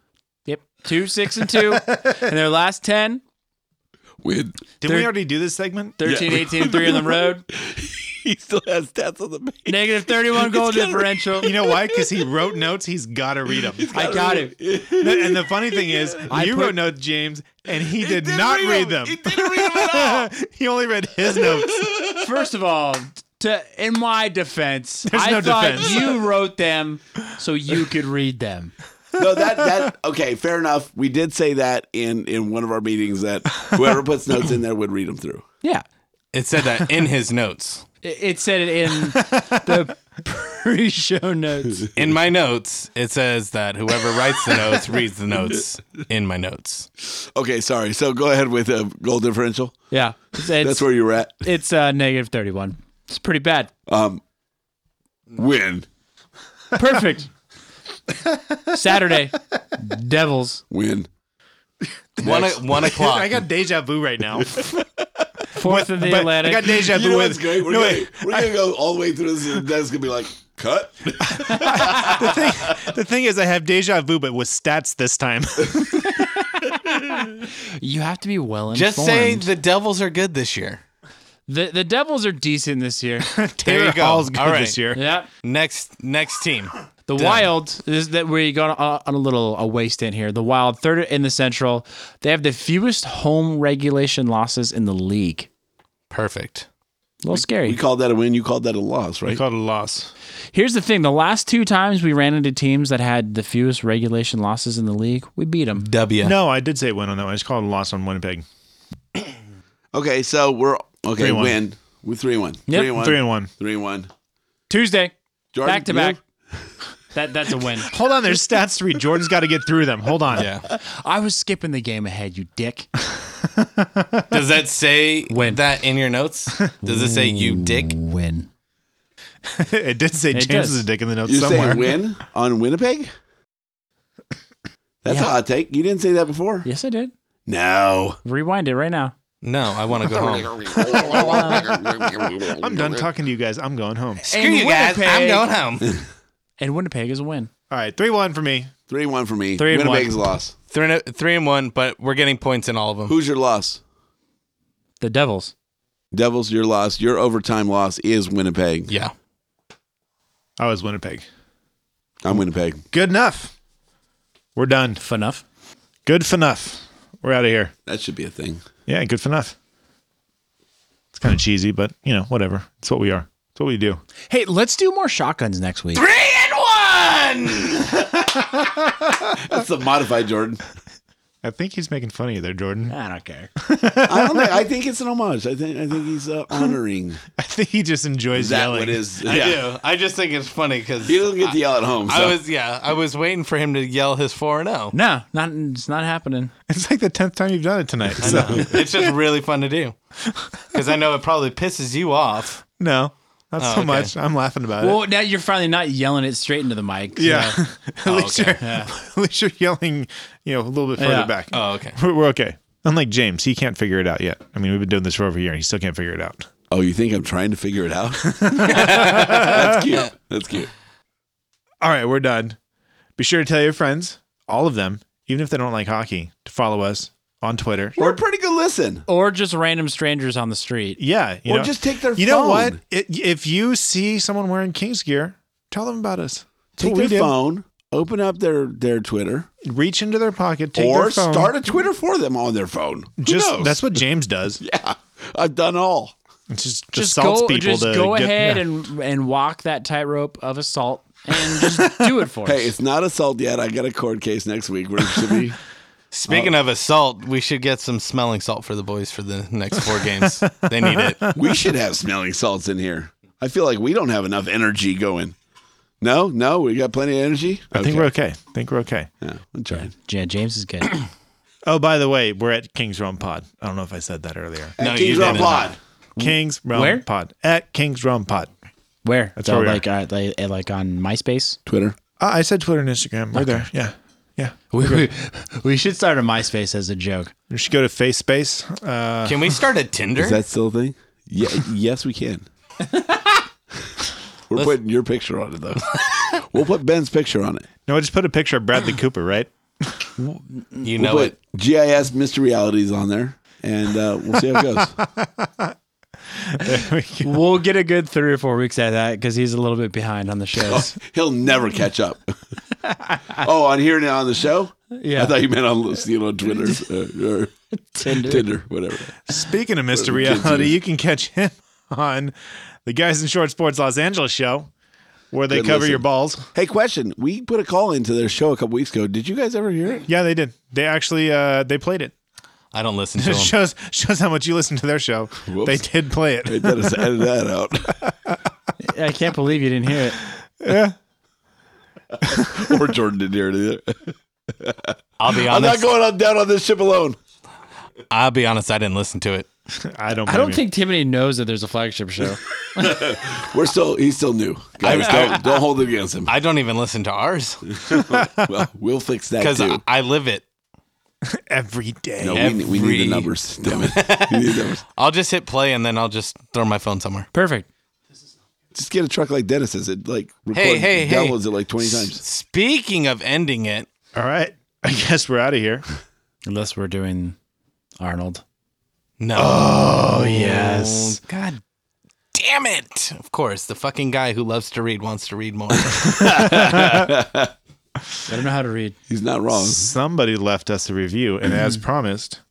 C: yep, two, six, and two. in their last 10,
D: Win.
G: Did
C: They're-
G: we already do this segment?
C: 13, 18, and three on the road.
D: He still has stats on the page.
C: Negative 31 goal differential.
G: You know why? Because he wrote notes. He's got to read them.
C: I got it.
G: and the funny thing is,
C: I
G: you
C: put-
G: wrote notes, James, and he did not read, them. He didn't read them at all. he only read his notes.
C: First of all, to in my defense, I
G: no
C: thought
G: defense.
C: you wrote them so you could read them.
D: No, that that okay, fair enough. We did say that in in one of our meetings that whoever puts notes in there would read them through.
C: Yeah.
F: It said that in his notes.
C: It, it said it in the pre-show notes.
F: In my notes, it says that whoever writes the notes reads the notes in my notes.
D: Okay, sorry. So go ahead with a goal differential.
C: Yeah, it's it's,
D: That's where you were at.
C: it's uh, negative thirty-one. It's pretty bad.
D: Win,
C: Perfect. Saturday, Devils
D: win.
F: One, o- one o'clock.
G: I got deja vu right now.
C: fourth in the
G: But I
C: Atlantic.
G: got deja
D: You
G: vu
D: know
G: with.
D: what's great? We're,
G: no,
D: gonna,
G: wait.
D: we're gonna go all the way through this, and Dennis gonna be like, "Cut."
G: The thing is, I have deja vu, but with stats this time.
C: you have to be well informed.
F: Just say the Devils are good this year.
C: the the Devils are decent this year.
F: There you go.
G: Hall's good
F: All right.
G: this year.
C: yeah.
F: Next next team.
C: The Wild is that we got on, on a little a waste stint here. The Wild third in the Central. They have the fewest home regulation losses in the league.
F: Perfect.
C: A little scary.
D: You called that a win. You called that a loss,
G: I
D: right?
G: called it a loss.
C: Here's the thing: the last two times we ran into teams that had the fewest regulation losses in the league, we beat them.
F: W.
G: No, I did say win on that one. I just called it a loss on Winnipeg.
D: Okay, so we're okay.
G: Three-one.
D: win. We're three one.
C: Yep.
D: Three one.
G: Three and one.
D: Three one.
C: Tuesday,
D: Jordan,
C: back to
D: you?
C: back. That that's a win.
G: Hold on, there's stats to read. Jordan's got to get through them. Hold on.
F: Yeah.
C: I was skipping the game ahead, you dick.
F: Does that say
C: Win.
F: that in your notes? Does it say you dick?
C: Win.
G: it did say James
C: does.
G: is a dick in the notes
D: You
G: somewhere.
D: say win on Winnipeg? That's a
C: Yeah.
D: hot take. You didn't say that before.
C: Yes, I did.
D: No.
C: Rewind it right now.
F: No, I want to go home. Um,
G: I'm done talking to you guys. I'm going home.
F: Screw you guys. I'm going home.
C: And Winnipeg is a win.
G: All right, three one for me.
D: Three one for me.
C: Three and one.
D: Winnipeg's loss.
F: three, and, three and one, but we're getting points in all of them.
D: Who's your loss?
C: The Devils.
D: Devils, your loss. Your overtime loss is Winnipeg.
F: Yeah.
G: I was Winnipeg.
D: I'm Winnipeg.
G: Good enough. We're done.
C: Enough.
G: Good for enough. We're out of here.
D: That should be a thing.
G: Yeah, good for enough. It's kind of cheesy, but you know, whatever. It's what we are. It's what we do.
C: Hey, let's do more shotguns next week.
D: That's the modified Jordan.
G: I think he's making fun of you there, Jordan.
C: I don't care.
D: I don't think. I think it's an homage. I think. I think he's uh, honoring.
G: I think he just enjoys
D: Is that
G: yelling.
D: what it is?
F: I do. I just think it's funny because
D: He doesn't get to yell at home. So.
F: I was yeah, I was waiting for him to yell his four and oh. zero.
C: No, not it's not happening.
G: It's like the tenth time you've done it tonight. So.
F: It's just really fun to do because I know it probably pisses you off.
G: No, not
D: Oh,
G: so
F: okay.
G: much. I'm laughing about it.
C: Well, now you're finally not yelling it straight into the mic.
G: Yeah.
C: so-
G: at,
D: Oh,
G: least
C: okay.
G: you're, at least you're yelling, you know, a little bit further
C: Yeah.
G: back.
F: Oh, okay.
G: We're, we're okay. Unlike James, he can't figure it out yet. I mean, we've been doing this for over a year and he still can't figure it out.
D: oh, you think I'm trying to figure it out? That's cute. That's cute.
G: All right, we're done. Be sure to tell your friends, all of them, even if they don't like hockey, to follow us on Twitter.
D: We're a pretty good listen.
C: Or just random strangers on the street.
G: Yeah. You
D: Or
G: know,
D: just take their
G: You know
D: phone.
G: what? It, if you see someone wearing King's gear, tell them about us. That's
D: Take
G: what we
D: their
G: did.
D: phone. Open up their their Twitter,
G: Reach into their pocket, take
D: or
G: their phone.
D: start a Twitter for them on their phone. Who
G: just
D: knows?
G: that's what James does.
D: yeah. I've done all.
G: Just,
C: Just
G: assaults
C: go,
G: people
C: just
G: to
C: go
G: get-
C: ahead
G: yeah.
C: and and walk that tightrope of assault and just do it for
D: Hey,
C: us.
D: it's not assault yet. I got a court case next week where it should be.
F: Speaking of assault, we should get some smelling salt for the boys for the next four games. They need it.
D: we should have smelling salts in here. I feel like we don't have enough energy going. No, no, we got plenty of energy.
G: I think we're okay. I think we're okay.
D: Yeah, I'm trying.
C: Yeah, James is good.
G: Oh, by the way, we're at King's Rum Pod. I don't know if I said that earlier.
D: No,
F: you
D: Kings Rock
F: didn't.
D: Pod.
G: King's Rum
C: Where?
G: Pod. At King's Rum Pod.
C: Where?
G: That's
C: So,
G: where we are.
C: like uh, like like on MySpace.
D: Twitter.
G: Ah, I said Twitter and Instagram. We're there. Yeah. Yeah.
C: We, we, we should start a MySpace as a joke.
G: You should go to Face Space. Uh,
F: Can we start a Tinder?
D: Is that still a thing? Yeah, yes, we can. we're putting your picture on it though. we'll put Ben's picture on it.
G: no, I just put a picture of Bradley Cooper, right?
F: you
D: We'll
F: know
D: put
F: it.
D: GIS Mr. Realities on there, and uh, we'll see how it goes.
C: We'll get a good three or four weeks at that because he's a little bit behind on the shows.
D: He'll never catch up. oh, on here now on the show.
C: Yeah.
D: I thought you meant on you know, on Twitter uh, or
C: Tinder.
D: Tinder, whatever.
G: Speaking of Mr.
D: kids
G: Reality,
D: use.
G: you can catch him on the Guys in Short Sports Los Angeles show where they
D: Good
G: cover
D: listen.
G: your balls.
D: Hey, question. We put a call into their show a couple weeks ago. Did you guys ever hear it?
G: Yeah, they did. They actually uh, they played it.
F: I don't listen to
G: It
F: them.
G: shows shows how much you listen to their show. They did play it.
D: They better edit that out.
C: I can't believe you didn't hear it.
D: or Jordan didn't hear it either.
F: I'll be
D: I'm not
F: honest.
D: going on down on this ship alone.
F: I'll be honest. I didn't listen to it.
G: I don't.
C: I don't
G: blame you.
C: think Timothy knows that there's a flagship show.
D: We're still, he's still new. Guys, don't, don't hold it against him.
F: I don't even listen to ours
D: Well, we'll fix that
F: because
D: too.
F: I, I live it.
G: every day.
D: no, we, we need
F: every-
D: the numbers. Damn it. We need the numbers.
F: I'll just hit play and then I'll just throw my phone somewhere.
C: Perfect.
D: Just get a truck like Dennis's. It like record,
F: Hey, hey, hey.
D: downloads it like 20 times.
F: Speaking of ending it,
G: All right. I guess we're out of here.
C: Unless we're doing Arnold.
F: no.
G: Oh yes.
F: God damn it. Of course, the fucking guy who loves to read wants to read more.
C: I don't know how to read.
D: He's not wrong.
G: Somebody left us a review, and as promised,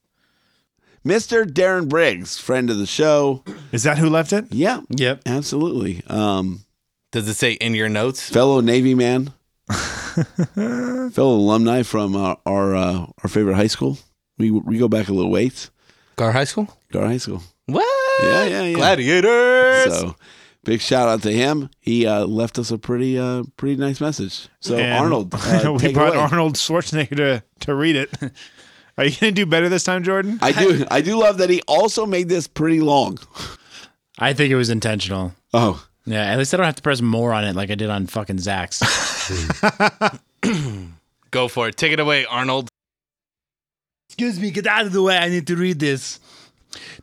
D: Mr. Darren Briggs, friend of the show.
G: is that who left it?
D: Yeah,
C: Yep.
D: absolutely. Um,
F: Does it say in your notes?
D: fellow Navy man, fellow alumni from uh, our uh, our favorite high school. We we go back a little ways.
F: Gar High School?
D: Gar High School.
F: What?
D: Yeah, yeah, yeah.
F: Gladiators.
D: So big shout out to him. He uh, left us a pretty uh, pretty nice message. So
G: And
D: Arnold, uh,
G: we
D: take
G: brought
D: away.
G: Arnold Schwarzenegger to, to read it. Are you going to do better this time, Jordan?
D: I do I do love that he also made this pretty long.
C: I think it was intentional.
D: Oh,
C: Yeah, at least I don't have to press more on it like I did on fucking Zach's.
F: Go for it. Take it away, Arnold.
C: Excuse me, get out of the way. I need to read this.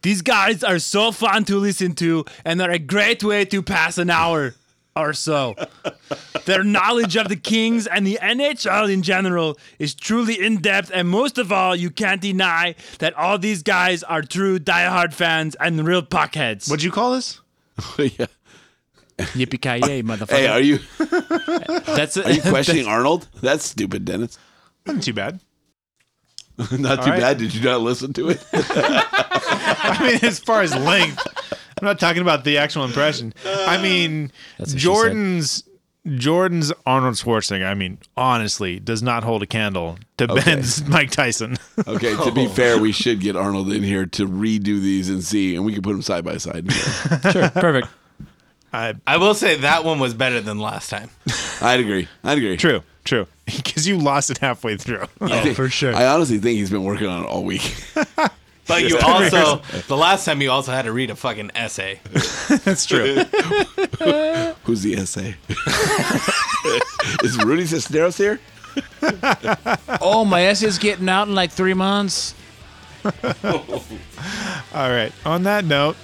C: These guys are so fun to listen to and are a great way to pass an hour or so. Their knowledge of the Kings and the NHL in general is truly in depth, and most of all, you can't deny that all these guys are true diehard fans and real puckheads.
G: What'd you call this?
D: yeah.
C: Yippee ki yay, motherfucker!
D: Hey, are you
C: That's it.
D: are you questioning Arnold? That's stupid, Dennis.
G: Not too bad.
D: Not too
G: right.
D: bad. Did you not listen to it?
G: I mean, as far as Uh, length, I'm not talking about the actual impression. I mean,
C: That's what she
G: Jordan's Jordan's Arnold Schwarzenegger, I mean, honestly, does not hold a candle to
D: Okay.
G: Ben's Mike Tyson.
D: Okay, to be fair, we should get Arnold in here to redo these and see, and we can put them side by side.
C: Sure, perfect.
G: I,
F: I will say that one was better than last time.
D: I'd agree. I'd agree.
G: true, Oh, true. Because you lost it halfway through.
D: I think-
I: for sure.
D: I honestly think he's been working on it all week.
F: But you also, the last time you also had to read a fucking essay.
G: That's true.
D: Who's the essay? Is Rudy Cisneros here?
I: oh, my essay's getting out in like three months.
G: All right. On that note,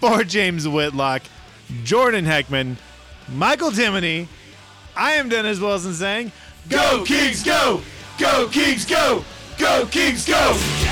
G: for James Whitlock, Jordan Heckman, Michael Timoney, I am Dennis Wilson saying,
D: Go Kings, go! Go Kings, go! Go Kings, go!